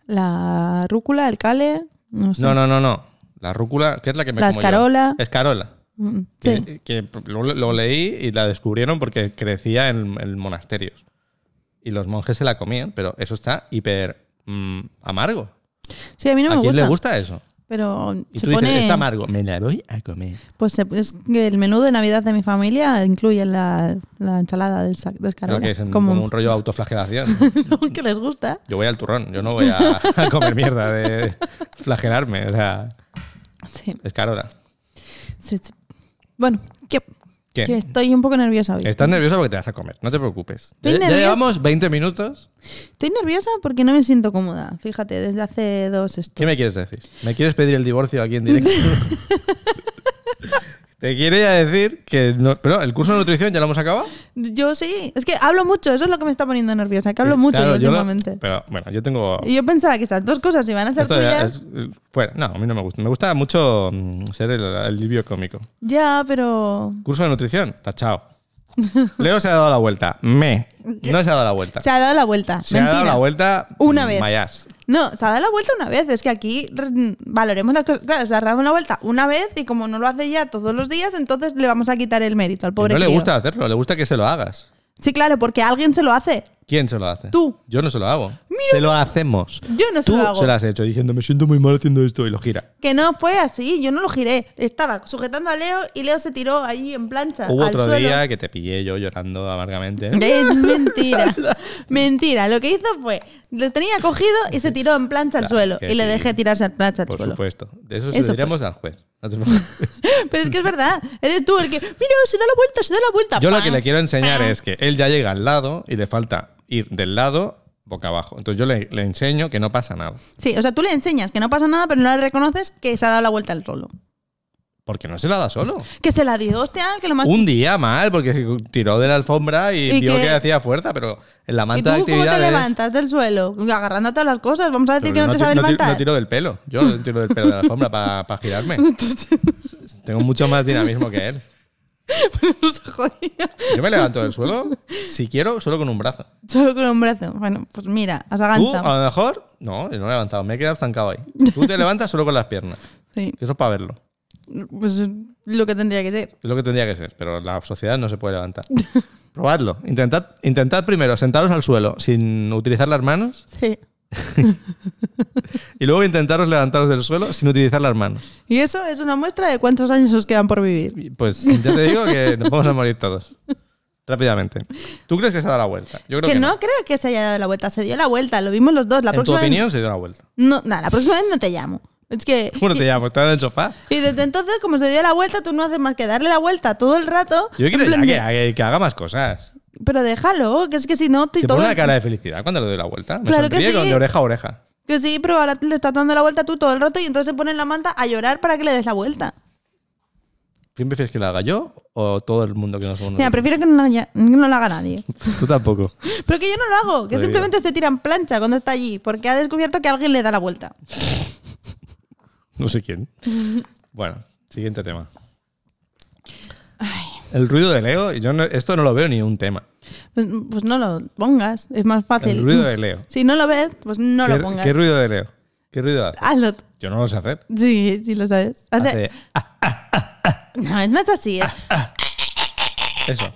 Speaker 3: La rúcula, el cale, no sé.
Speaker 2: No, no, no, no. La rúcula, que es la que me
Speaker 3: La
Speaker 2: como yo.
Speaker 3: escarola.
Speaker 2: Escarola.
Speaker 3: Mm,
Speaker 2: Que-
Speaker 3: sí.
Speaker 2: Que, lo, lo leí y la descubrieron porque crecía en, en monasterios. Y los monjes se la comían, pero eso está hiper mm, amargo.
Speaker 3: Sí, a mí no
Speaker 2: ¿A
Speaker 3: me
Speaker 2: quién
Speaker 3: gusta.
Speaker 2: le gusta eso?
Speaker 3: Pero
Speaker 2: Y
Speaker 3: se
Speaker 2: tú dices,
Speaker 3: pone.
Speaker 2: está amargo, me la voy a comer.
Speaker 3: Pues se- es que el menú de Navidad de mi familia incluye la, la ensalada del sac de
Speaker 2: Creo
Speaker 3: escarola.
Speaker 2: que es en-
Speaker 3: como
Speaker 2: como un rollo de autoflagelación.
Speaker 3: que les gusta.
Speaker 2: Yo voy al turrón, yo no voy a, a comer mierda de flagelarme. O sea,
Speaker 3: Sí,
Speaker 2: es carora.
Speaker 3: sí, sí. Bueno, que,
Speaker 2: ¿Qué?
Speaker 3: que estoy un poco nerviosa hoy.
Speaker 2: Estás nerviosa porque te vas a comer, no te preocupes. Ya,
Speaker 3: Estoy
Speaker 2: ya
Speaker 3: nerviosa.
Speaker 2: llevamos 20 minutos.
Speaker 3: Estoy nerviosa porque no me siento cómoda. Fíjate, desde hace dos esto.
Speaker 2: ¿Qué me quieres decir? ¿Me quieres pedir el divorcio aquí en directo? te quería decir que... no- pero el curso de nutrición ya lo hemos acabado.
Speaker 3: Yo sí, es que hablo mucho, eso es lo que me está poniendo nerviosa, que hablo mucho
Speaker 2: Eh, Claro, yo lo-
Speaker 3: últimamente.
Speaker 2: pero bueno, yo tengo...
Speaker 3: Y yo pensaba que esas dos cosas iban a ser
Speaker 2: Esto ya
Speaker 3: tuyas.
Speaker 2: es- fuera. No, a mí no me gusta. Me gusta mucho mm, ser el alivio cómico.
Speaker 3: Ya, pero.
Speaker 2: Curso de nutrición, tachao. Leo se ha dado la vuelta. Me. No se ha dado la vuelta.
Speaker 3: Se ha dado la vuelta.
Speaker 2: Se ha dado
Speaker 3: mentira.
Speaker 2: la vuelta.
Speaker 3: Una vez.
Speaker 2: Mayas.
Speaker 3: No, se ha dado la vuelta una vez. Es que aquí mm, valoremos las cosas. Claro, se ha dado la vuelta una vez y como no lo hace ya todos los días, entonces le vamos a quitar el mérito al pobre.
Speaker 2: no le
Speaker 3: crío.
Speaker 2: gusta hacerlo, le gusta que se lo hagas.
Speaker 3: Sí, claro, porque alguien se lo hace.
Speaker 2: ¿Quién se lo hace?
Speaker 3: Tú.
Speaker 2: Yo no se lo hago. Se lo hacemos.
Speaker 3: Yo no se
Speaker 2: Tú
Speaker 3: lo hago.
Speaker 2: se lo has hecho diciendo, me siento muy mal haciendo esto y lo gira.
Speaker 3: Que no fue así, yo no lo giré. Estaba sujetando a Leo y Leo se tiró ahí en plancha.
Speaker 2: Hubo
Speaker 3: al
Speaker 2: otro
Speaker 3: suelo.
Speaker 2: día que te pillé yo llorando amargamente.
Speaker 3: Es mentira. mentira. Lo que hizo fue, lo tenía cogido y se tiró en plancha al
Speaker 2: Claro,
Speaker 3: suelo.
Speaker 2: que
Speaker 3: Y le
Speaker 2: sí.
Speaker 3: dejé tirarse al plancha al
Speaker 2: Por
Speaker 3: suelo.
Speaker 2: supuesto. De eso,
Speaker 3: Eso
Speaker 2: se lo
Speaker 3: fue.
Speaker 2: diremos al juez. No te preocupes.
Speaker 3: Pero es que es verdad. Eres tú el que, mira, se da la vuelta, se da la vuelta.
Speaker 2: Yo lo
Speaker 3: ¡Pam!
Speaker 2: que le quiero enseñar es que él ya llega al lado y le falta ir del lado boca abajo. Entonces yo le, le enseño que no pasa nada.
Speaker 3: Sí, o sea, tú le enseñas que no pasa nada, pero no le reconoces que se ha dado la vuelta al rolo.
Speaker 2: Porque no se la da solo.
Speaker 3: Que se la dio, hostia, que lo más...
Speaker 2: Un día mal, porque se tiró de la alfombra y,
Speaker 3: ¿Y
Speaker 2: vio
Speaker 3: qué?
Speaker 2: que hacía fuerza, pero en la
Speaker 3: ¿Y
Speaker 2: manta
Speaker 3: tú
Speaker 2: de
Speaker 3: cómo te
Speaker 2: actividades.
Speaker 3: levantas del suelo? Agarrando todas las cosas. Vamos a decir
Speaker 2: Pero
Speaker 3: que no, te
Speaker 2: ti-
Speaker 3: sabes
Speaker 2: ti-
Speaker 3: levantar.
Speaker 2: no tiro del pelo. Yo no tiro del pelo de la alfombra para girarme. Tengo mucho más dinamismo que él.
Speaker 3: Nos jodía.
Speaker 2: Yo me levanto del suelo, si quiero, solo con un brazo.
Speaker 3: Solo con un brazo. Bueno, pues mira, has
Speaker 2: Tú, ah.
Speaker 3: avanzado.
Speaker 2: a lo mejor. No, yo no he levantado, me he quedado estancado ahí. Tú te levantas solo con las piernas.
Speaker 3: Sí,
Speaker 2: que Eso es para verlo.
Speaker 3: pues es lo que tendría que ser.
Speaker 2: Es lo que tendría que ser, pero la sociedad no se puede levantar. Probadlo. Intentad, intentad primero sentaros al suelo sin utilizar las manos
Speaker 3: Sí.
Speaker 2: y luego intentaros levantaros del suelo sin utilizar las manos.
Speaker 3: Y eso es una muestra de cuántos años os quedan por vivir.
Speaker 2: Y, Pues ya te digo que nos vamos a morir todos. Rápidamente. ¿Tú crees que se ha dado la vuelta? Yo creo que,
Speaker 3: que no, creo que se haya dado la vuelta. Se dio la vuelta, lo vimos los dos. La
Speaker 2: en tu
Speaker 3: próxima vez-
Speaker 2: opinión se dio la vuelta.
Speaker 3: No, nada, la próxima vez no te llamo. Es que.
Speaker 2: Bueno, te llamo, estás en el sofá.
Speaker 3: Y desde entonces, como se dio la vuelta, tú no haces más que darle la vuelta todo el rato.
Speaker 2: Yo
Speaker 3: en
Speaker 2: quiero ya
Speaker 3: plan
Speaker 2: que,
Speaker 3: de,
Speaker 2: que- que haga más cosas.
Speaker 3: Pero déjalo, que es que si no, te
Speaker 2: Te
Speaker 3: todo.
Speaker 2: pone una cara de felicidad cuando le doy la vuelta. Me
Speaker 3: Claro que
Speaker 2: sonríe
Speaker 3: sí.
Speaker 2: con- de oreja a oreja.
Speaker 3: Que sí, pero ahora le estás dando la vuelta tú todo el rato y entonces se pone en la manta a llorar para que le des la vuelta.
Speaker 2: ¿Quién prefieres que la haga yo o todo el mundo que nos conoce?
Speaker 3: Mira, prefiero que no, la haya- no lo haga nadie.
Speaker 2: Tú tampoco.
Speaker 3: Pero que yo no lo hago, que
Speaker 2: Muy
Speaker 3: simplemente se tira en plancha cuando está allí, porque ha descubierto que alguien le da la vuelta.
Speaker 2: No sé quién. Bueno, siguiente tema. El ruido de Leo, y yo no- esto no lo veo ni un tema.
Speaker 3: Pues, pues no lo pongas, es más fácil.
Speaker 2: El ruido de Leo.
Speaker 3: Si no lo ves, pues no
Speaker 2: ¿Qué,
Speaker 3: lo pongas.
Speaker 2: qué ruido de Leo? ¿Qué ruido hace?
Speaker 3: Hazlo.
Speaker 2: Yo no lo sé hacer.
Speaker 3: Sí, sí lo sabes. Hace-
Speaker 2: Hace- Ah.
Speaker 3: No, es más así. ¿eh?
Speaker 2: eso.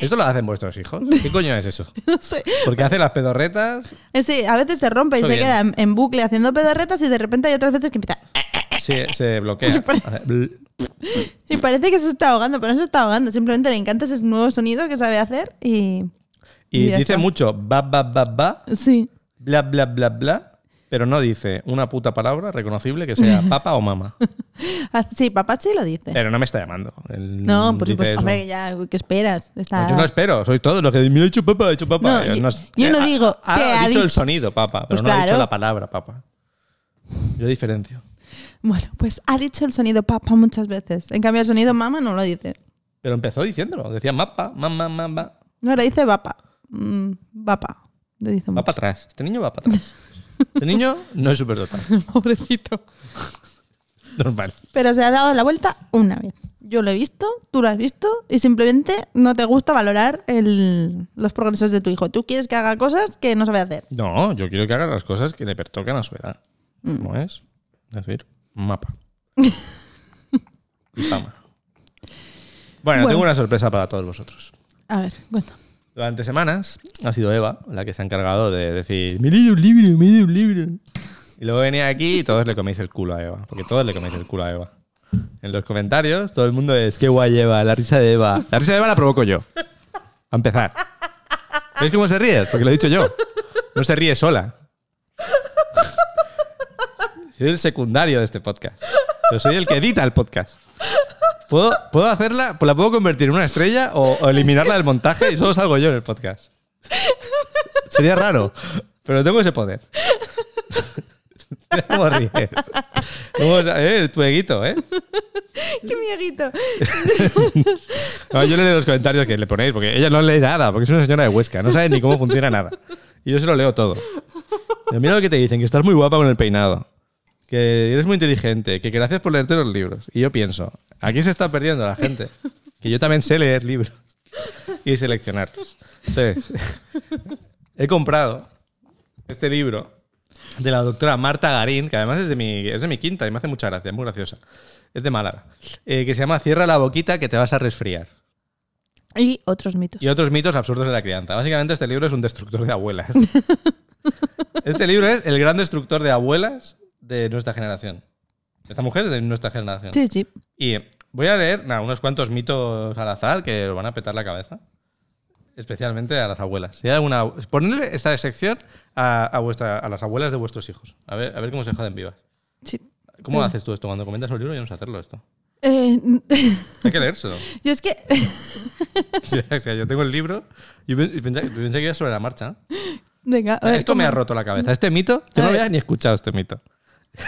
Speaker 2: ¿Esto lo hacen vuestros hijos? ¿Qué coño es eso?
Speaker 3: No sé.
Speaker 2: Porque hace las pedorretas.
Speaker 3: Sí, a veces se rompe y
Speaker 2: Está
Speaker 3: se
Speaker 2: bien.
Speaker 3: queda en, en bucle haciendo pedorretas y de repente hay otras veces que empieza. "Ah",
Speaker 2: Se, se bloquea.
Speaker 3: Pues
Speaker 2: Hace bl-
Speaker 3: Y parece que se está ahogando, pero no se está ahogando. Simplemente le encanta ese nuevo sonido que sabe hacer y.
Speaker 2: Y
Speaker 3: ya
Speaker 2: dice
Speaker 3: está.
Speaker 2: mucho ba, ba, ba, ba,
Speaker 3: Sí.
Speaker 2: bla, bla, bla, bla, pero no dice una puta palabra reconocible que sea papa o mama.
Speaker 3: Ah, Sí, papá sí lo dice.
Speaker 2: Pero no me está llamando. Él
Speaker 3: no, por
Speaker 2: Eh, mm, dice
Speaker 3: supuesto.
Speaker 2: eso.
Speaker 3: Hombre, ya, ¿qué esperas? Está-
Speaker 2: No, Yo no espero, soy todos los que dicen, mira, he hecho papa, he hecho papa. Eh,
Speaker 3: No, yo- yo no
Speaker 2: ha-
Speaker 3: digo
Speaker 2: Ha,
Speaker 3: que ha
Speaker 2: dicho el
Speaker 3: dicho.
Speaker 2: sonido, papa, pero
Speaker 3: Pues
Speaker 2: no ha dicho
Speaker 3: claro.
Speaker 2: la palabra, papa. Yo diferencio.
Speaker 3: Bueno, pues ha dicho el sonido papá muchas veces. En cambio, el sonido mamá no lo dice.
Speaker 2: Pero empezó diciéndolo, decía mapa, mamá, mamá,
Speaker 3: No, lo dice papá. Mm, papá. Le dice
Speaker 2: va
Speaker 3: mucho.
Speaker 2: para atrás. Este niño va para atrás. Este niño no es superdotado,
Speaker 3: Pobrecito.
Speaker 2: normal.
Speaker 3: Pero se ha dado la vuelta una vez. Yo lo he visto, tú lo has visto y simplemente no te gusta valorar el- los progresos de tu hijo. Tú quieres que haga cosas que no sabe hacer.
Speaker 2: No, yo quiero que haga las cosas que le pertocan a su edad. ¿No es? Es decir, mapa. y pama. Bueno,
Speaker 3: Bueno.
Speaker 2: tengo una sorpresa para todos vosotros.
Speaker 3: A ver, cuenta.
Speaker 2: Durante semanas ha sido Eva la que se ha encargado de decir, me he leído un libro, me he leído un libro. Y luego venía aquí y todos le coméis el culo a Eva, porque todos le coméis el culo a Eva. En los comentarios todo el mundo es, qué guay Eva, la risa de Eva. La risa de Eva la provoco yo. A empezar. ¿Veis cómo se ríe? Porque lo he dicho yo. No se ríe sola. Soy el secundario de este podcast. Yo soy el que edita el podcast. ¿Puedo, puedo hacerla? pues ¿La puedo convertir en una estrella o, o eliminarla del montaje y solo salgo yo en el podcast? Sería raro, pero tengo ese poder. Mira ¿Cómo ríe? ¿Cómo sa- eh, tu eguito, ¿eh?
Speaker 3: ¡Qué mieguito!
Speaker 2: No, yo le leo los comentarios que le ponéis, porque ella no lee nada, porque es una señora de Huesca, no sabe ni cómo funciona nada. Y yo se lo leo todo. Pero mira lo que te dicen, que estás muy guapa con el peinado, que eres muy inteligente, que gracias por leerte los libros. Y yo pienso, aquí se está perdiendo la gente, que yo también sé leer libros y seleccionarlos. Entonces, he comprado este libro de la doctora Marta Garín, que además es de mi, es de mi quinta y me hace mucha gracia, es muy graciosa. Es de Málaga. eh, que se llama Cierra la boquita que te vas a resfriar.
Speaker 3: Y otros mitos.
Speaker 2: Y otros mitos absurdos de la crianza. Básicamente este libro es un destructor de abuelas. este libro es el gran destructor de abuelas de nuestra generación. Esta mujer es de nuestra generación.
Speaker 3: Sí, sí.
Speaker 2: Y eh, voy a leer nada, unos cuantos mitos al azar que os van a petar la cabeza. Especialmente a las abuelas. Si hay alguna- ponedle esta sección a, a vuestra- a las abuelas de vuestros hijos. A ver, a ver cómo se joden vivas.
Speaker 3: sí.
Speaker 2: ¿Cómo lo haces tú esto? Cuando comentas un libro yo no sé hacerlo esto.
Speaker 3: Eh,
Speaker 2: Hay que leérselo.
Speaker 3: yo es que.
Speaker 2: Sí, o sea, yo tengo el libro y pen- y pensé, pensé que iba sobre la marcha.
Speaker 3: Venga, a ver,
Speaker 2: Esto me
Speaker 3: ¿cómo?
Speaker 2: ha roto la cabeza. Este mito,
Speaker 3: A
Speaker 2: yo no
Speaker 3: ver.
Speaker 2: había ni escuchado este mito.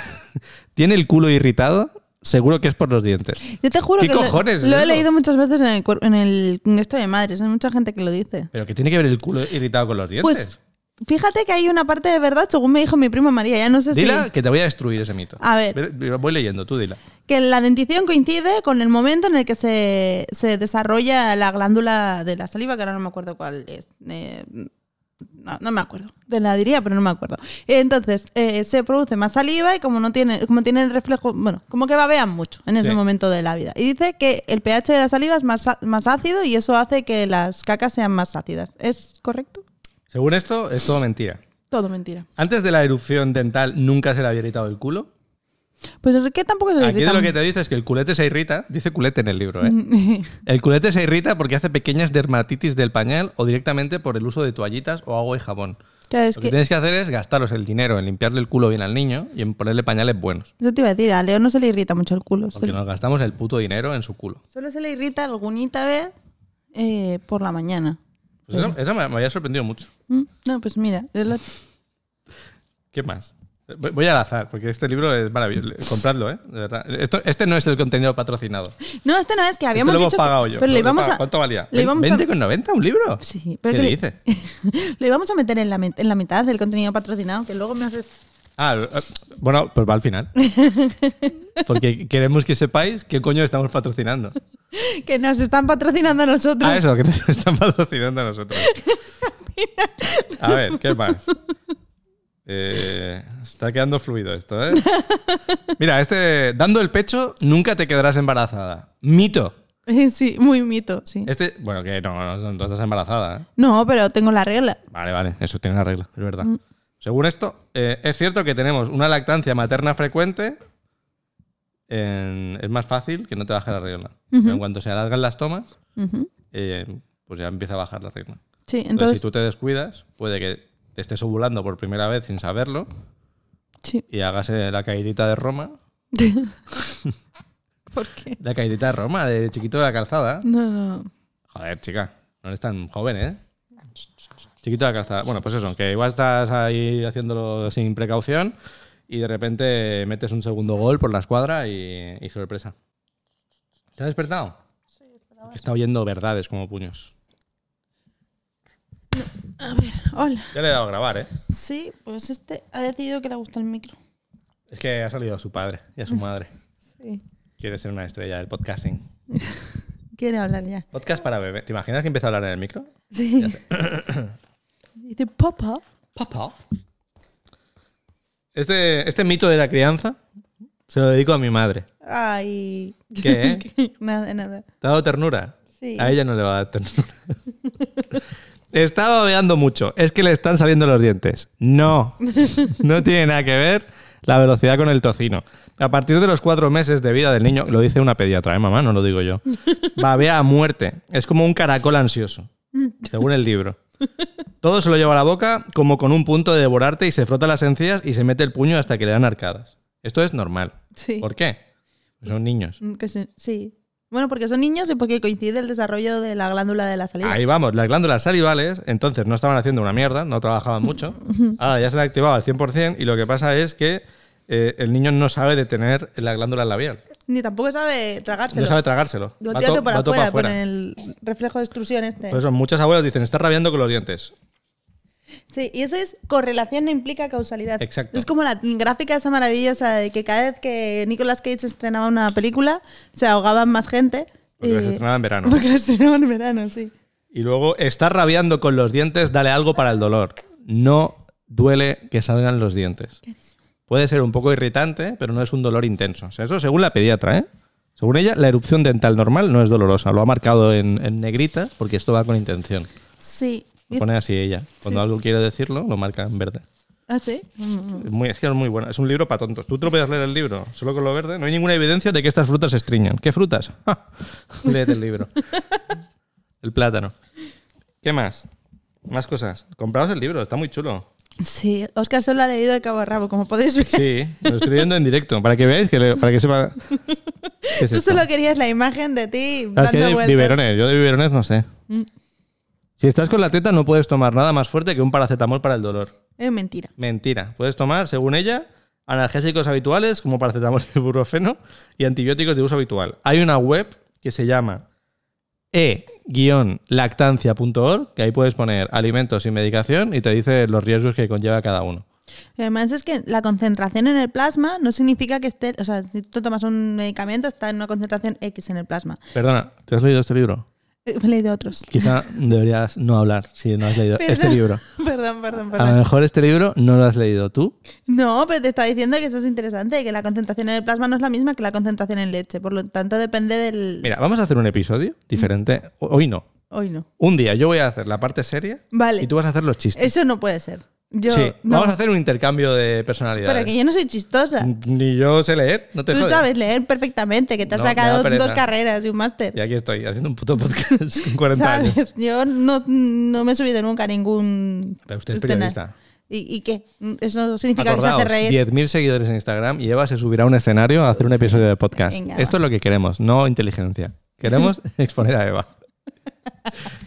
Speaker 2: Tiene el culo irritado, seguro que es por los dientes.
Speaker 3: Yo te juro
Speaker 2: ¿Qué
Speaker 3: que lo-
Speaker 2: cojones
Speaker 3: lo,
Speaker 2: es
Speaker 3: he
Speaker 2: eso?
Speaker 3: leído muchas veces en el, cuer- en el en esto de madres. Hay mucha gente que lo dice.
Speaker 2: ¿Pero qué tiene que ver el culo irritado con los dientes?
Speaker 3: Pues fíjate que hay una parte de verdad, según me dijo mi prima María, ya no sé
Speaker 2: dila
Speaker 3: si.
Speaker 2: que te voy a destruir ese mito.
Speaker 3: pues A ver.
Speaker 2: Ve- Voy leyendo, tú dila.
Speaker 3: Que la dentición coincide con el momento en el que se, se desarrolla la glándula de la saliva, que ahora no me acuerdo cuál es. Eh, no, no me acuerdo. Te la diría, pero no me acuerdo. Entonces, eh, se produce más saliva y como no tiene, como tiene el reflejo, bueno, como que babean mucho en ese
Speaker 2: Sí.
Speaker 3: momento de la vida. Y dice que el pH de la saliva es más, á- más ácido y eso hace que las cacas sean más ácidas. ¿Es correcto?
Speaker 2: Según esto, es todo mentira.
Speaker 3: Todo mentira.
Speaker 2: Antes de la erupción dental nunca se le había irritado el culo.
Speaker 3: Pues es que tampoco se le
Speaker 2: Aquí de
Speaker 3: irrita Mm.
Speaker 2: lo que te dice es que el culete se irrita. Dice culete en el libro, ¿eh? El culete se irrita porque hace pequeñas dermatitis del pañal o directamente por el uso de toallitas o agua y jabón.
Speaker 3: Claro, es
Speaker 2: lo
Speaker 3: que,
Speaker 2: que tienes que hacer es gastaros el dinero en limpiarle el culo bien al niño y en ponerle pañales buenos.
Speaker 3: Yo te iba a decir, a Leo no se le irrita mucho el culo.
Speaker 2: Porque
Speaker 3: se-
Speaker 2: nos gastamos el puto dinero en su culo.
Speaker 3: Solo se le irrita alguna vez eh, por la mañana.
Speaker 2: Pues eso eso me, me había sorprendido mucho.
Speaker 3: Mm, No, pues mira, es lo-
Speaker 2: ¿Qué más? Voy voy al azar, porque este libro es maravilloso. Compradlo, ¿eh? De verdad. Esto- este no es el contenido patrocinado. Esto
Speaker 3: no, este no es que habíamos
Speaker 2: lo hemos
Speaker 3: dicho.
Speaker 2: pagado yo.
Speaker 3: Pero
Speaker 2: Lo
Speaker 3: le
Speaker 2: he
Speaker 3: vamos
Speaker 2: pagado.
Speaker 3: a.
Speaker 2: ¿Cuánto valía?
Speaker 3: le vamos a-
Speaker 2: ¿20,90 un libro?
Speaker 3: Sí, pero
Speaker 2: ¿Qué
Speaker 3: que-
Speaker 2: dice?
Speaker 3: Le vamos a meter en la, met- en la mitad del contenido patrocinado, que luego me hace.
Speaker 2: Ah, eh, bueno, pues va al final. Porque queremos que sepáis qué coño estamos patrocinando.
Speaker 3: Que nos están patrocinando a nosotros.
Speaker 2: Ah, eso, que nos están patrocinando a nosotros. A ver, ¿qué más? Eh, está quedando fluido esto, ¿eh? Mira, este, dando el pecho, nunca te quedarás embarazada. Mito.
Speaker 3: Eh, Sí, muy mito, sí.
Speaker 2: Este, bueno, que no, no, no estás embarazada, ¿eh?
Speaker 3: No, pero tengo la regla.
Speaker 2: Vale, vale, eso tiene una regla, es verdad. Según esto, eh, es cierto que tenemos una lactancia materna frecuente. en- es más fácil que no te baje la regla. Pero en cuanto se alargan las tomas,
Speaker 3: Ujú.
Speaker 2: eh, pues ya empieza a bajar la regla.
Speaker 3: Sí,
Speaker 2: Entonces,
Speaker 3: entonces.
Speaker 2: si tú te descuidas, puede que te estés ovulando por primera vez sin saberlo
Speaker 3: Sí.
Speaker 2: y hagas eh, la caidita de Roma.
Speaker 3: ¿Por qué?
Speaker 2: La caidita de Roma, de chiquito de la calzada.
Speaker 3: No, no.
Speaker 2: Joder, chica, no eres tan joven, ¿eh? Chiquito de la calzada. Bueno, pues eso, que igual estás ahí haciéndolo sin precaución y de repente metes un segundo gol por la escuadra y, y sorpresa. ¿Te has despertado? Que está oyendo verdades como puños.
Speaker 3: Hola.
Speaker 2: Ya le he dado a grabar, ¿eh?
Speaker 3: Sí, pues este ha decidido que le gusta el micro.
Speaker 2: Es que ha salido a su padre y a su madre.
Speaker 3: Sí.
Speaker 2: Quiere ser una estrella del podcasting.
Speaker 3: Quiere hablar ya.
Speaker 2: Podcast para bebé. ¿Te imaginas que empieza a hablar en el micro?
Speaker 3: Sí. Dice, papá.
Speaker 2: Papá. Este, este mito de la crianza Se lo dedico a mi madre.
Speaker 3: Ay.
Speaker 2: ¿Qué?
Speaker 3: nada, nada.
Speaker 2: ¿Te ha dado ternura?
Speaker 3: Sí.
Speaker 2: A ella no le va a dar ternura. Está babeando mucho. Es que le están saliendo los dientes. No. No tiene nada que ver la velocidad con el tocino. A partir de los cuatro meses de vida del niño, lo dice una pediatra, ¿eh, mamá, no lo digo yo. Babea a muerte. Es como un caracol ansioso, según el libro. Todo se lo lleva a la boca como con un punto de devorarte y se frota las encías y se mete el puño hasta que le dan arcadas. Esto es normal.
Speaker 3: Sí.
Speaker 2: ¿Por qué? Pues Son niños.
Speaker 3: Mm, que sí- sí. Bueno, porque son niños y porque coincide el desarrollo de la glándula de la salida.
Speaker 2: Ahí vamos, las glándulas salivales, entonces no estaban haciendo una mierda, no trabajaban mucho. Ahora ya se han activado al 100% y lo que pasa es que eh, el niño no sabe detener la glándula labial.
Speaker 3: Ni tampoco sabe tragárselo.
Speaker 2: No sabe tragárselo.
Speaker 3: Lo
Speaker 2: Va
Speaker 3: tira
Speaker 2: to-
Speaker 3: para
Speaker 2: va to pa'
Speaker 3: afuera con
Speaker 2: afuera.
Speaker 3: el reflejo de extrusión este.
Speaker 2: Por eso muchos abuelos dicen, está rabiando con los dientes.
Speaker 3: Sí, y eso es correlación no implica causalidad.
Speaker 2: Exacto.
Speaker 3: Es como la gráfica esa maravillosa de que cada vez que Nicolas Cage estrenaba una película se ahogaban más gente.
Speaker 2: Porque
Speaker 3: y-
Speaker 2: las estrenaba en verano.
Speaker 3: Porque las estrenaban en verano, sí.
Speaker 2: Y luego, está rabiando con los dientes, dale algo para el dolor. No duele que salgan los dientes. Puede ser un poco irritante, pero no es un dolor intenso. O sea, eso según la pediatra, ¿eh? Según ella, la erupción dental normal no es dolorosa. Lo ha marcado en, en negrita porque esto va con intención.
Speaker 3: Sí.
Speaker 2: Lo pone así ella. Cuando
Speaker 3: Sí.
Speaker 2: algo quiere decirlo, lo marca en verde.
Speaker 3: ¿Ah, sí? Mm.
Speaker 2: Es, muy- es que es muy bueno. Es un libro para tontos. Tú te lo puedes leer el libro solo con lo verde. No hay ninguna evidencia de que estas frutas se estriñan. ¿Qué frutas? Léete el libro. El plátano. ¿Qué más? Más cosas. Compraos el libro, está muy chulo.
Speaker 3: Sí, Oscar se lo ha leído de cabo a rabo, como podéis ver.
Speaker 2: Sí, lo estoy leyendo en directo para que veáis, que le- para que sepa. ¿Qué es
Speaker 3: Tú
Speaker 2: esto?
Speaker 3: solo querías la imagen de ti
Speaker 2: Ah, es que
Speaker 3: dando
Speaker 2: de
Speaker 3: vueltas. Mm.
Speaker 2: biberones, yo de biberones no sé. Si estás con la teta, no puedes tomar nada más fuerte que un paracetamol para el dolor.
Speaker 3: Es mentira.
Speaker 2: Mentira. Puedes tomar, según ella, analgésicos habituales como paracetamol y ibuprofeno y antibióticos de uso habitual. Hay una web que se llama e-lactancia.org, que ahí puedes poner alimentos y medicación y te dice los riesgos que conlleva cada uno.
Speaker 3: Y además es que la concentración en el plasma no significa que esté... O sea, si tú tomas un medicamento está en una concentración X en el plasma.
Speaker 2: Perdona, ¿te has leído este libro?
Speaker 3: Eh, Me he leído otros.
Speaker 2: Quizá deberías no hablar si no has leído
Speaker 3: Perdón.
Speaker 2: este libro.
Speaker 3: Perdón, perdón,
Speaker 2: A
Speaker 3: perdón.
Speaker 2: lo mejor este libro no lo has leído tú.
Speaker 3: No, pero te está diciendo que eso es interesante, que la concentración en el plasma no es la misma que la concentración en leche. Por lo tanto, depende del.
Speaker 2: Mira, vamos a hacer un episodio diferente.
Speaker 3: Mm.
Speaker 2: Hoy no.
Speaker 3: Hoy no.
Speaker 2: Un día yo voy a hacer la parte seria
Speaker 3: Vale.
Speaker 2: y tú vas a hacer los chistes.
Speaker 3: Eso no puede ser. Yo.
Speaker 2: sí,
Speaker 3: no.
Speaker 2: vamos a hacer un intercambio de personalidades.
Speaker 3: Pero que yo no soy chistosa.
Speaker 2: Ni yo sé leer, no te
Speaker 3: Tú
Speaker 2: jodas.
Speaker 3: sabes leer perfectamente, que te has
Speaker 2: No, me da
Speaker 3: sacado
Speaker 2: pereza.
Speaker 3: dos carreras y un máster.
Speaker 2: Y aquí estoy, haciendo un puto podcast con 40
Speaker 3: ¿Sabes?
Speaker 2: años.
Speaker 3: Yo no, no me he subido nunca a ningún.
Speaker 2: Pero usted es
Speaker 3: escenario.
Speaker 2: periodista.
Speaker 3: ¿Y, y qué? Eso significa
Speaker 2: Acordaos,
Speaker 3: que se hace reír.
Speaker 2: 10.000 seguidores en Instagram y Eva se subirá a un escenario a hacer un episodio de podcast.
Speaker 3: Venga,
Speaker 2: Esto es lo que queremos, no inteligencia. Queremos exponer a Eva.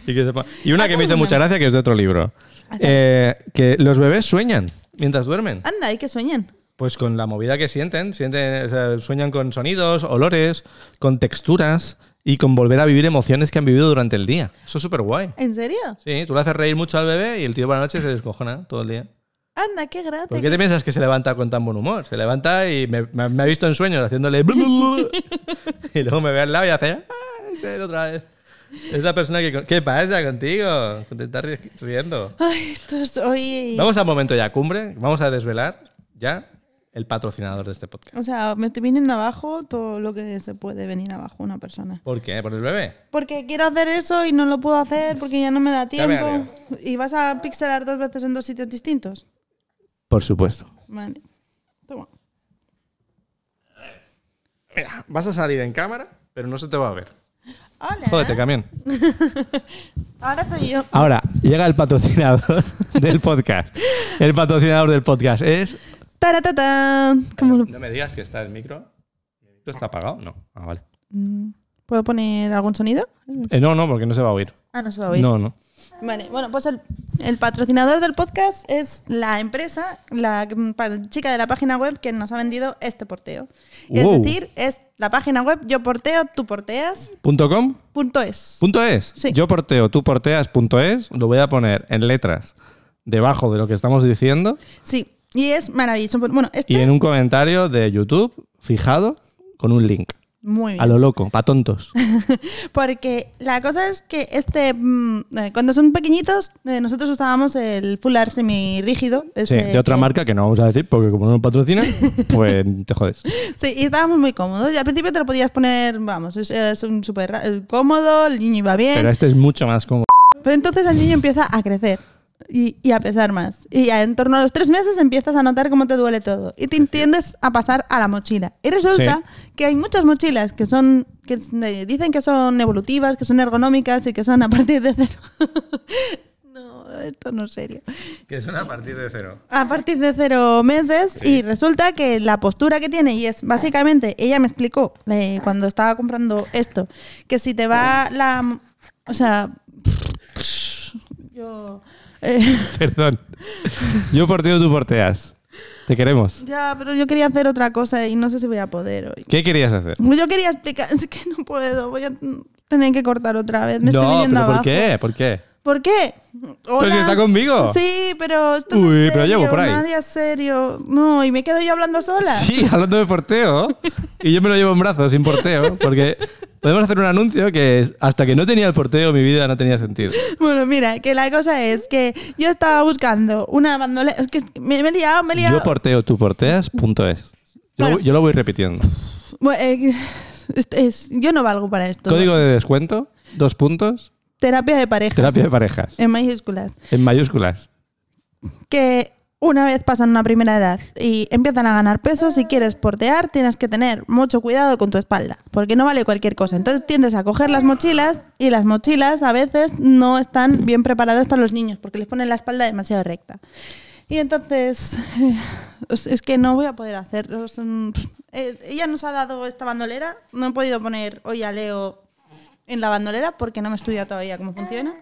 Speaker 2: y, que sepa- y una que me hizo
Speaker 3: Hazme una.
Speaker 2: mucha gracia, que es de otro libro. Eh, que los bebés sueñan mientras duermen.
Speaker 3: Anda, ¿y que sueñan?
Speaker 2: Pues con la movida que sienten, sienten o sea, sueñan con sonidos, olores, con texturas y con volver a vivir emociones que han vivido durante el día. Eso es súper guay.
Speaker 3: ¿En serio?
Speaker 2: Sí, tú le haces reír mucho al bebé y el tío por la noche se descojona todo el día.
Speaker 3: Anda, qué gracia.
Speaker 2: ¿Por qué te piensas que se levanta con tan buen humor? Se levanta y me, me- me ha visto en sueños haciéndole... blu, blu, blu. y luego me ve al lado y hace... "Ah, es él otra vez. Es la persona que... con- ¿Qué pasa contigo? Te estás ri- riendo.
Speaker 3: Ay, esto es hoy.
Speaker 2: Vamos al momento ya cumbre. Vamos a desvelar ya el patrocinador de este podcast.
Speaker 3: O sea, me estoy viniendo abajo todo lo que se puede venir abajo una persona.
Speaker 2: ¿Por qué? ¿Por el bebé?
Speaker 3: Porque quiero hacer eso y no lo puedo hacer porque ya no me da
Speaker 2: Ya me
Speaker 3: tiempo. Y vas a pixelar dos veces en dos sitios distintos.
Speaker 2: Por supuesto.
Speaker 3: Vale. Toma.
Speaker 2: Mira, vas a salir en cámara, pero no se te va a ver.
Speaker 3: Hola.
Speaker 2: Jódete, camión.
Speaker 3: Ahora soy yo.
Speaker 2: Ahora, llega el patrocinador del podcast. El patrocinador del podcast es...
Speaker 3: Taratatán. ¿Cómo lo-
Speaker 2: No me digas que está el micro. ¿El micro está apagado? No. Ah, vale.
Speaker 3: Mm, ¿Puedo poner algún sonido?
Speaker 2: Eh, no, no, porque no se va a oír.
Speaker 3: Ah, no se va a oír.
Speaker 2: No, no.
Speaker 3: Vale, bueno, pues el, el patrocinador del podcast es la empresa, la mm, pa- chica de la página web que nos ha vendido este porteo.
Speaker 2: Wow.
Speaker 3: Es decir, es la página web yo porteo, tú porteas,
Speaker 2: Punto .com,
Speaker 3: punto es.
Speaker 2: punto .es.
Speaker 3: Sí.
Speaker 2: Yo porteo, tú porteas, punto .es. Lo voy a poner en letras debajo de lo que estamos diciendo
Speaker 3: Sí, y es maravilloso. Bueno, este
Speaker 2: y en un comentario de YouTube fijado con un link.
Speaker 3: Muy bien.
Speaker 2: A lo loco, pa' tontos.
Speaker 3: Porque la cosa es que este mm, eh, cuando son pequeñitos, eh, nosotros usábamos el fular semirrígido.
Speaker 2: Sí,
Speaker 3: ese
Speaker 2: de otra
Speaker 3: Pues, eh, que-
Speaker 2: marca que no vamos a decir porque como no nos patrocinan, pues te jodes.
Speaker 3: Sí, y estábamos muy cómodos. Y al principio te lo podías poner, vamos, es, es un súper ra- eh, cómodo, el niño iba bien.
Speaker 2: Pero
Speaker 3: Pero,
Speaker 2: este es mucho más cómodo.
Speaker 3: entonces el niño empieza a crecer. Y, y a pesar más. Y a- en torno a los tres meses empiezas a notar cómo te duele todo. Y te entiendes a pasar a la mochila. Y resulta que hay muchas mochilas que son que s- eh, dicen que son evolutivas, que son ergonómicas y que son a partir de cero. no, esto no es serio.
Speaker 2: Que es una partir de cero.
Speaker 3: A partir de cero meses y resulta que la postura que tiene y es básicamente, ella me explicó eh, cuando estaba comprando esto, que si te va la... O sea... Yo... eh,
Speaker 2: Perdón. Yo porteo, tú porteas. Te queremos.
Speaker 3: ya, pero yo quería hacer otra cosa y no sé si voy a poder hoy.
Speaker 2: ¿Qué querías hacer?
Speaker 3: Yo quería explicar, es que no puedo, voy a tener que cortar otra vez, me estoy
Speaker 2: no,
Speaker 3: viniendo
Speaker 2: pero
Speaker 3: abajo.
Speaker 2: ¿por qué? ¿Por qué?
Speaker 3: ¿Por qué?
Speaker 2: Pero si
Speaker 3: Hola.
Speaker 2: está conmigo.
Speaker 3: Sí, pero esto no
Speaker 2: Uy,
Speaker 3: es
Speaker 2: pero llevo
Speaker 3: serio,
Speaker 2: por ahí.
Speaker 3: nadie es serio. No, y me quedo yo hablando sola.
Speaker 2: Sí, hablando de porteo. Y yo me lo llevo en brazos sin porteo. Porque podemos hacer un anuncio que es, hasta que no tenía el porteo, mi vida no tenía sentido.
Speaker 3: Bueno, mira, que la cosa es que yo estaba buscando una bandolera. Es que me, me he liado, me he liado.
Speaker 2: Yo porteo, tú porteas, punto es. Yo,
Speaker 3: Bueno.
Speaker 2: yo lo voy repitiendo.
Speaker 3: Bueno, eh, es- es- yo no valgo para esto.
Speaker 2: Código de descuento, dos puntos,
Speaker 3: Terapia de pareja.
Speaker 2: terapia de parejas,
Speaker 3: En mayúsculas.
Speaker 2: en mayúsculas.
Speaker 3: Que una vez pasan una primera edad y empiezan a ganar peso, si quieres portear, tienes que tener mucho cuidado con tu espalda. Porque no vale cualquier cosa. Entonces tiendes a coger las mochilas y las mochilas a veces no están bien preparadas para los niños porque les ponen la espalda demasiado recta. Y entonces, eh, es es que no voy a poder hacer. es un- eh, ella nos ha dado esta bandolera. No he podido poner hoy a Leo en la bandolera porque no me estudia todavía cómo funciona.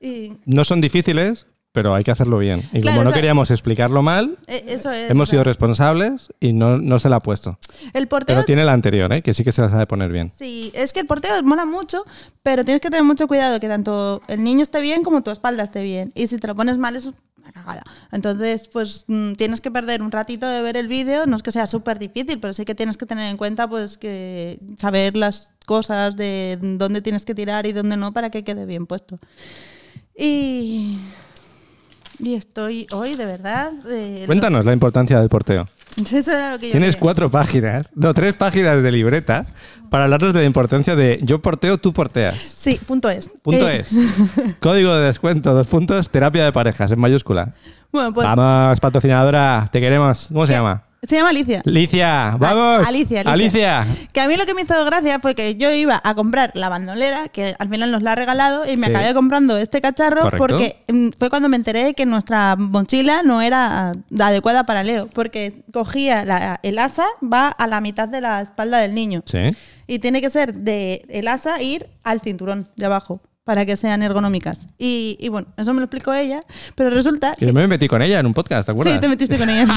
Speaker 3: Y
Speaker 2: No son difíciles, pero hay que hacerlo bien. Y
Speaker 3: Claro,
Speaker 2: como no
Speaker 3: o sea-
Speaker 2: queríamos explicarlo mal,
Speaker 3: eh, eso es.
Speaker 2: hemos
Speaker 3: o
Speaker 2: sido
Speaker 3: sea,
Speaker 2: responsables y no, no se la ha puesto.
Speaker 3: el porteo.
Speaker 2: Pero tiene la anterior, ¿eh? que sí que se la sabe poner bien.
Speaker 3: Sí, es que el porteo mola mucho, pero tienes que tener mucho cuidado que tanto el niño esté bien como tu espalda esté bien. Y si te lo pones mal, eso es una cagada. Entonces, pues mm, tienes que perder un ratito de ver el vídeo. No es que sea súper difícil, pero sí que tienes que tener en cuenta, pues, que saber las cosas de dónde tienes que tirar y dónde no para que quede bien puesto. Y. Y estoy hoy, de verdad. de lo-
Speaker 2: Cuéntanos la importancia del porteo.
Speaker 3: Eso era lo que yo
Speaker 2: Tienes
Speaker 3: quería.
Speaker 2: cuatro páginas, no, tres páginas de libreta para hablarnos de la importancia de yo porteo, tú porteas.
Speaker 3: Sí, punto es.
Speaker 2: Punto
Speaker 3: Eh,
Speaker 2: es. Código de descuento, dos puntos, terapia de parejas en mayúscula.
Speaker 3: Bueno, pues.
Speaker 2: Vamos, patrocinadora, te queremos. ¿Cómo se llama?
Speaker 3: Se llama Alicia.
Speaker 2: Licia, vamos.
Speaker 3: Alicia, Alicia.
Speaker 2: Alicia.
Speaker 3: Que a mí lo que me hizo gracia fue que yo iba a comprar la bandolera, que al final nos la ha regalado, y me
Speaker 2: Sí.
Speaker 3: acabé comprando este cacharro
Speaker 2: Correcto.
Speaker 3: porque mm, fue cuando me enteré de que nuestra mochila no era adecuada para Leo, porque cogía la- el asa, va a la mitad de la espalda del niño.
Speaker 2: Sí.
Speaker 3: Y tiene que ser de el asa ir al cinturón de abajo para que sean ergonómicas. Y, y bueno, eso me lo explicó ella, pero resulta
Speaker 2: Que
Speaker 3: que-
Speaker 2: yo me metí con ella en un podcast, ¿te acuerdas?
Speaker 3: Eh. Sí, te metiste con ella.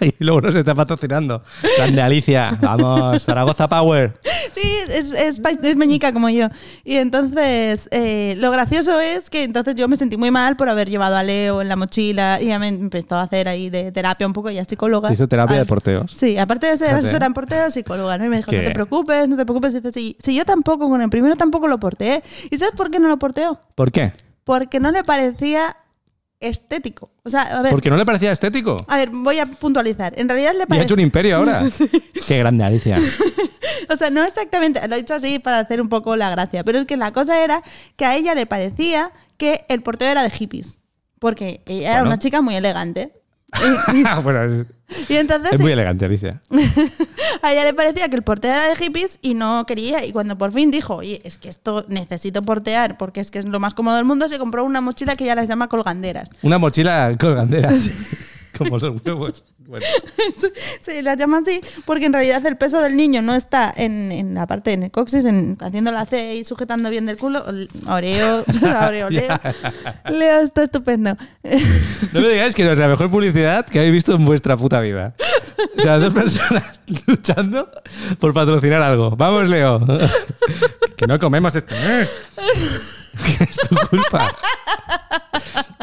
Speaker 2: y luego nos está patrocinando. Grande Alicia, vamos, Zaragoza Power.
Speaker 3: Sí, es, es, pa- es meñica como yo. Y entonces, eh, lo gracioso es que entonces yo me sentí muy mal por haber llevado a Leo en la mochila y ya me empezó a hacer ahí de terapia un poco, ya psicóloga. Ah,
Speaker 2: Te hizo terapia de porteos.
Speaker 3: Sí, aparte de ser
Speaker 2: Fíjate. ¿eh?
Speaker 3: asesora en porteo, psicóloga, ¿no? Y me dijo, no
Speaker 2: ¿Qué?
Speaker 3: te preocupes, no te preocupes. Y dice, sí, sí, yo tampoco, con el primero tampoco lo porteé. ¿Y sabes por qué no lo porteo?
Speaker 2: ¿Por qué?
Speaker 3: Porque no le parecía estético. O sea, a ver,
Speaker 2: Porque no le parecía estético.
Speaker 3: a ver voy a puntualizar. En realidad le
Speaker 2: Y ha hecho
Speaker 3: parecía...
Speaker 2: un imperio ahora. Qué grande Alicia.
Speaker 3: O sea, no exactamente, lo he dicho así para hacer un poco la gracia, pero es que la cosa era que a ella le parecía que el porteo era de hippies, porque ella era
Speaker 2: Bueno.
Speaker 3: una chica muy elegante.
Speaker 2: bueno, es,
Speaker 3: Y entonces
Speaker 2: es muy elegante Alicia.
Speaker 3: a ella le parecía que el porteo era de hippies y no quería, y cuando por fin dijo, oye, es que esto necesito portear porque es que es lo más cómodo del mundo, se compró una mochila que ella las llama colganderas.
Speaker 2: Una mochila colgandera. Como los huevos. Bueno,
Speaker 3: Sí, las llama así porque en realidad el peso del niño no está en, en la parte, en el coxis, en, haciendo la C y sujetando bien del culo. Ol- Oreo, oreo, Leo. Leo está estupendo.
Speaker 2: no me digáis que no es la mejor publicidad que habéis visto en vuestra puta vida. O sea, dos personas luchando por patrocinar algo. Vamos, Leo. que no comemos este mes. Que es tu culpa.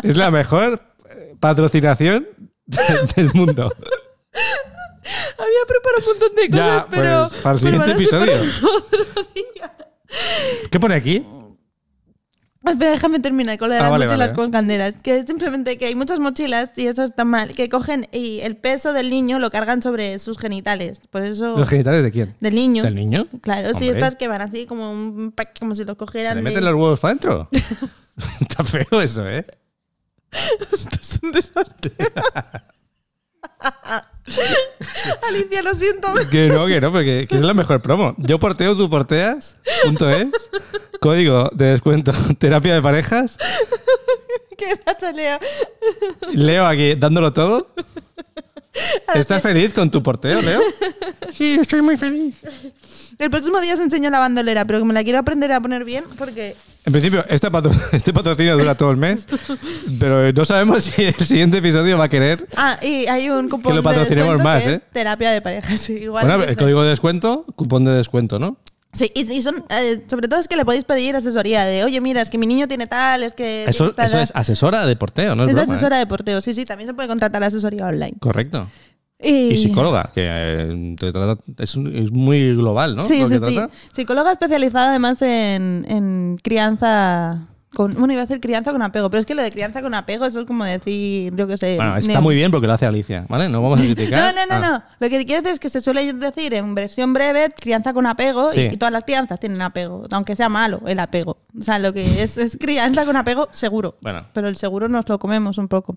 Speaker 2: Es la mejor eh, patrocinación de- del mundo.
Speaker 3: Había preparado un montón de cosas,
Speaker 1: Ya,
Speaker 3: pero.
Speaker 1: pues, para el siguiente
Speaker 3: pero van a ser para
Speaker 1: episodio.
Speaker 3: otro día.
Speaker 1: ¿Qué pone aquí?
Speaker 3: Espera, déjame terminar con lo de
Speaker 1: Ah,
Speaker 3: las
Speaker 1: vale,
Speaker 3: mochilas
Speaker 1: vale.
Speaker 3: con candelas. Que simplemente que hay muchas mochilas, y eso está mal, que cogen y el peso del niño lo cargan sobre sus genitales. Por eso.
Speaker 1: ¿Los genitales de quién?
Speaker 3: Del niño.
Speaker 2: ¿Del niño?
Speaker 3: Claro, sí,
Speaker 2: Hombre.
Speaker 3: estas que van así como un pack, como si los
Speaker 2: ¿Se
Speaker 3: cogieran.
Speaker 2: ¿Le
Speaker 3: de-
Speaker 2: meten los huevos para adentro? Está feo eso, ¿eh?
Speaker 3: Esto es un desastre. Alicia, lo siento.
Speaker 2: Que no, que no, porque que es la mejor promo. Yo porteo, tú porteas, punto es. Código de descuento, terapia de parejas.
Speaker 3: que la chalea.
Speaker 2: Leo aquí dándolo todo. ¿Estás feliz con tu porteo, Leo? Sí, estoy muy feliz.
Speaker 3: El próximo día os enseño la bandolera, pero que me la quiero aprender a poner bien porque
Speaker 2: En principio, esta patro- este patrocinio dura todo el mes, pero no sabemos si el siguiente episodio va a querer.
Speaker 3: Ah, y hay un cupón
Speaker 2: Que lo
Speaker 3: de
Speaker 2: patrocinemos
Speaker 3: descuento
Speaker 2: más,
Speaker 3: que es
Speaker 2: ¿eh?
Speaker 3: terapia de parejas. sí, Igual
Speaker 2: Bueno,
Speaker 3: que-
Speaker 2: el código de descuento, cupón de descuento, ¿no?
Speaker 3: Sí, y, y son, eh, sobre todo es que le podéis pedir asesoría de, oye, mira, es que mi niño tiene tal, es que...
Speaker 2: Eso,
Speaker 3: tiene Eh, tal,
Speaker 2: eso es asesora de porteo, ¿no?
Speaker 3: Es
Speaker 2: Es, broma, ¿eh?
Speaker 3: asesora de porteo, sí, sí, también se puede contratar asesoría online.
Speaker 2: Correcto.
Speaker 3: Y,
Speaker 2: Y psicóloga, que eh, te trata- es, un- es muy global, ¿no?
Speaker 3: Sí,
Speaker 2: Lo que
Speaker 3: sí, sí.
Speaker 2: trata.
Speaker 3: Psicóloga especializada además en, en crianza... Con, bueno, iba a decir crianza con apego, pero es que lo de crianza con apego, eso es como decir, yo qué sé...
Speaker 2: Bueno, está
Speaker 3: Eh, neo-
Speaker 2: muy bien porque lo hace Alicia, ¿vale? No vamos a
Speaker 3: No,
Speaker 2: criticar.
Speaker 3: no, no,
Speaker 2: Ah.
Speaker 3: no. Lo que quiero decir es que se suele decir en versión breve crianza con apego
Speaker 2: Sí.
Speaker 3: y, y todas las crianzas tienen apego, aunque sea malo el apego. O sea, lo que es, es crianza con apego seguro.
Speaker 2: Bueno.
Speaker 3: Pero el seguro nos lo comemos un poco.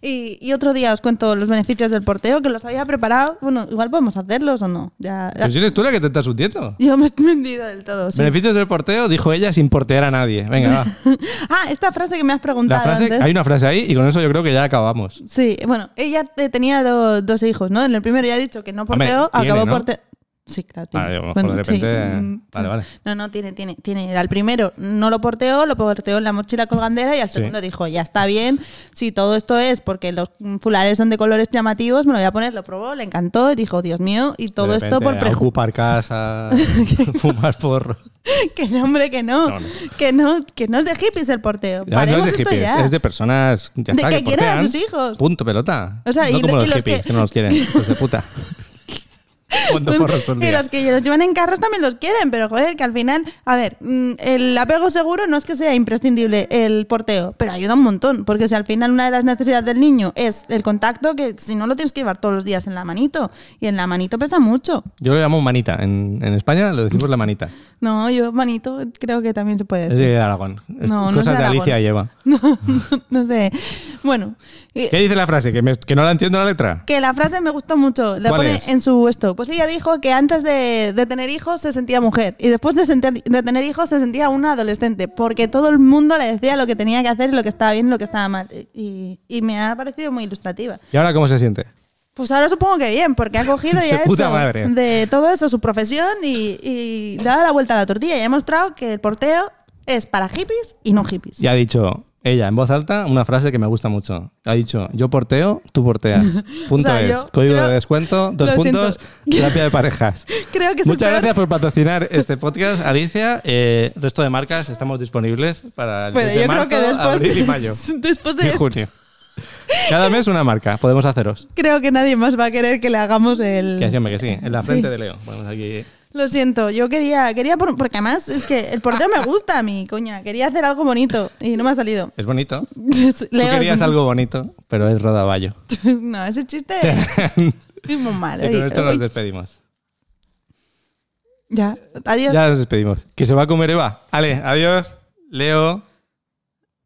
Speaker 3: Y, y otro día os cuento los beneficios del porteo, que los había preparado. Bueno, igual podemos hacerlos o no. Ya,
Speaker 2: Pero si eres tú la que te estás hundiendo.
Speaker 3: Yo me he vendido del todo. sí.
Speaker 2: Beneficios del porteo, dijo ella sin portear a nadie. Venga, va.
Speaker 3: ah, esta frase que me has preguntado
Speaker 2: La frase,
Speaker 3: antes.
Speaker 2: hay una frase ahí y con eso yo creo que ya acabamos.
Speaker 3: Sí, bueno, ella te- tenía do- dos hijos, ¿no? En el primero ya he dicho que no
Speaker 2: Hombre,
Speaker 3: porteo,
Speaker 2: tiene,
Speaker 3: acabó
Speaker 2: ¿no?
Speaker 3: porteo. Sí, claro, tiene.
Speaker 2: Ah, digo, a lo mejor
Speaker 3: Bueno,
Speaker 2: de
Speaker 3: sí,
Speaker 2: repente-
Speaker 3: mm,
Speaker 2: vale,
Speaker 3: sí.
Speaker 2: vale.
Speaker 3: No, no, tiene, tiene, tiene. Al primero no lo porteó, lo porteó en la mochila colgandera y al segundo dijo, ya está bien, si todo esto es porque los fulares son de colores llamativos, me lo voy a poner, lo probó, le encantó y dijo, Dios mío, y todo
Speaker 2: De
Speaker 3: esto por
Speaker 2: repente,
Speaker 3: prejuicio.
Speaker 2: Ocupar casa, fumar porro.
Speaker 3: que no, hombre, que no,
Speaker 2: No, no.
Speaker 3: Que no, que no es de hippies el porteo.
Speaker 2: Ya, no
Speaker 3: Paremos
Speaker 2: es de
Speaker 3: esto
Speaker 2: hippies,
Speaker 3: ya.
Speaker 2: es de personas ya
Speaker 3: De
Speaker 2: está,
Speaker 3: que
Speaker 2: que
Speaker 3: quieran a
Speaker 2: portean.
Speaker 3: sus hijos.
Speaker 2: Punto pelota.
Speaker 3: O sea,
Speaker 2: no
Speaker 3: y-
Speaker 2: como
Speaker 3: y
Speaker 2: los,
Speaker 3: los Pues
Speaker 2: hippies, que...
Speaker 3: que-
Speaker 2: no los quieren, hijos de puta. Fumando porros todo el
Speaker 3: Y
Speaker 2: día.
Speaker 3: los que los llevan en carros también los quieren, pero joder, que al final, a ver, mm, el apego seguro no es que sea imprescindible el porteo, pero ayuda un montón, porque si al final una de las necesidades del niño es el contacto, que si no lo tienes que llevar todos los días en la manito, y en la manito pesa mucho.
Speaker 2: Yo lo llamo manita. En, en España lo decimos la manita.
Speaker 3: No, yo manito creo que también se puede
Speaker 2: Es
Speaker 3: decir.
Speaker 2: de Aragón. Es
Speaker 3: No,
Speaker 2: Cosas
Speaker 3: no es de
Speaker 2: de
Speaker 3: Aragón.
Speaker 2: Alicia lleva.
Speaker 3: No, no sé. Bueno, y-
Speaker 2: ¿Qué dice la frase? Que, me- que no la entiendo la letra.
Speaker 3: Que la frase me gustó mucho. La
Speaker 2: ¿Cuál
Speaker 3: pone
Speaker 2: es?
Speaker 3: en su esto. Pues ella dijo que antes de, de tener hijos se sentía mujer. Y después de, sentir- de tener hijos se sentía una adolescente. Porque todo el mundo le decía lo que tenía que hacer y lo que estaba bien y lo que estaba mal. Y, y me ha parecido muy ilustrativa.
Speaker 2: ¿Y ahora cómo se siente?
Speaker 3: Pues ahora supongo que bien, porque ha cogido y
Speaker 2: De
Speaker 3: ha
Speaker 2: puta
Speaker 3: hecho
Speaker 2: madre.
Speaker 3: de todo eso su profesión y, y le ha dado la vuelta a la tortilla. Y ha mostrado que el porteo es para hippies y no hippies.
Speaker 2: Y ha dicho ella en voz alta una frase que me gusta mucho. Ha dicho, yo porteo, tú porteas. Punto
Speaker 3: O sea,
Speaker 2: es.
Speaker 3: yo
Speaker 2: Código
Speaker 3: creo-
Speaker 2: de descuento, dos
Speaker 3: Lo
Speaker 2: puntos,
Speaker 3: siento.
Speaker 2: terapia de parejas.
Speaker 3: Creo que es el
Speaker 2: Muchas
Speaker 3: peor-
Speaker 2: gracias por patrocinar este podcast, Alicia. Eh, resto de marcas estamos disponibles para el
Speaker 3: Pero
Speaker 2: mes de
Speaker 3: yo creo
Speaker 2: marzo,
Speaker 3: que
Speaker 2: abril y
Speaker 3: después,
Speaker 2: mayo
Speaker 3: después de
Speaker 2: y
Speaker 3: esto,
Speaker 2: junio. Cada mes una marca, podemos haceros.
Speaker 3: creo que nadie más va a querer que le hagamos el...
Speaker 2: Que sí, hombre, que sí, en la
Speaker 3: Mm. Sí.
Speaker 2: frente de Leo. Ponemos aquí.
Speaker 3: Lo siento, yo quería, quería por- porque además es que el porteo me gusta a mí, coña. Quería hacer algo bonito y no me ha salido.
Speaker 2: Es bonito. Tú
Speaker 3: Leo,
Speaker 2: querías algo bonito, pero es rodaballo.
Speaker 3: No, ese chiste es muy malo.
Speaker 2: Y
Speaker 3: oye.
Speaker 2: con esto nos
Speaker 3: Uy,
Speaker 2: despedimos.
Speaker 3: ya, adiós.
Speaker 2: Ya nos despedimos. Que se va a comer Eva. Ale, adiós. Leo.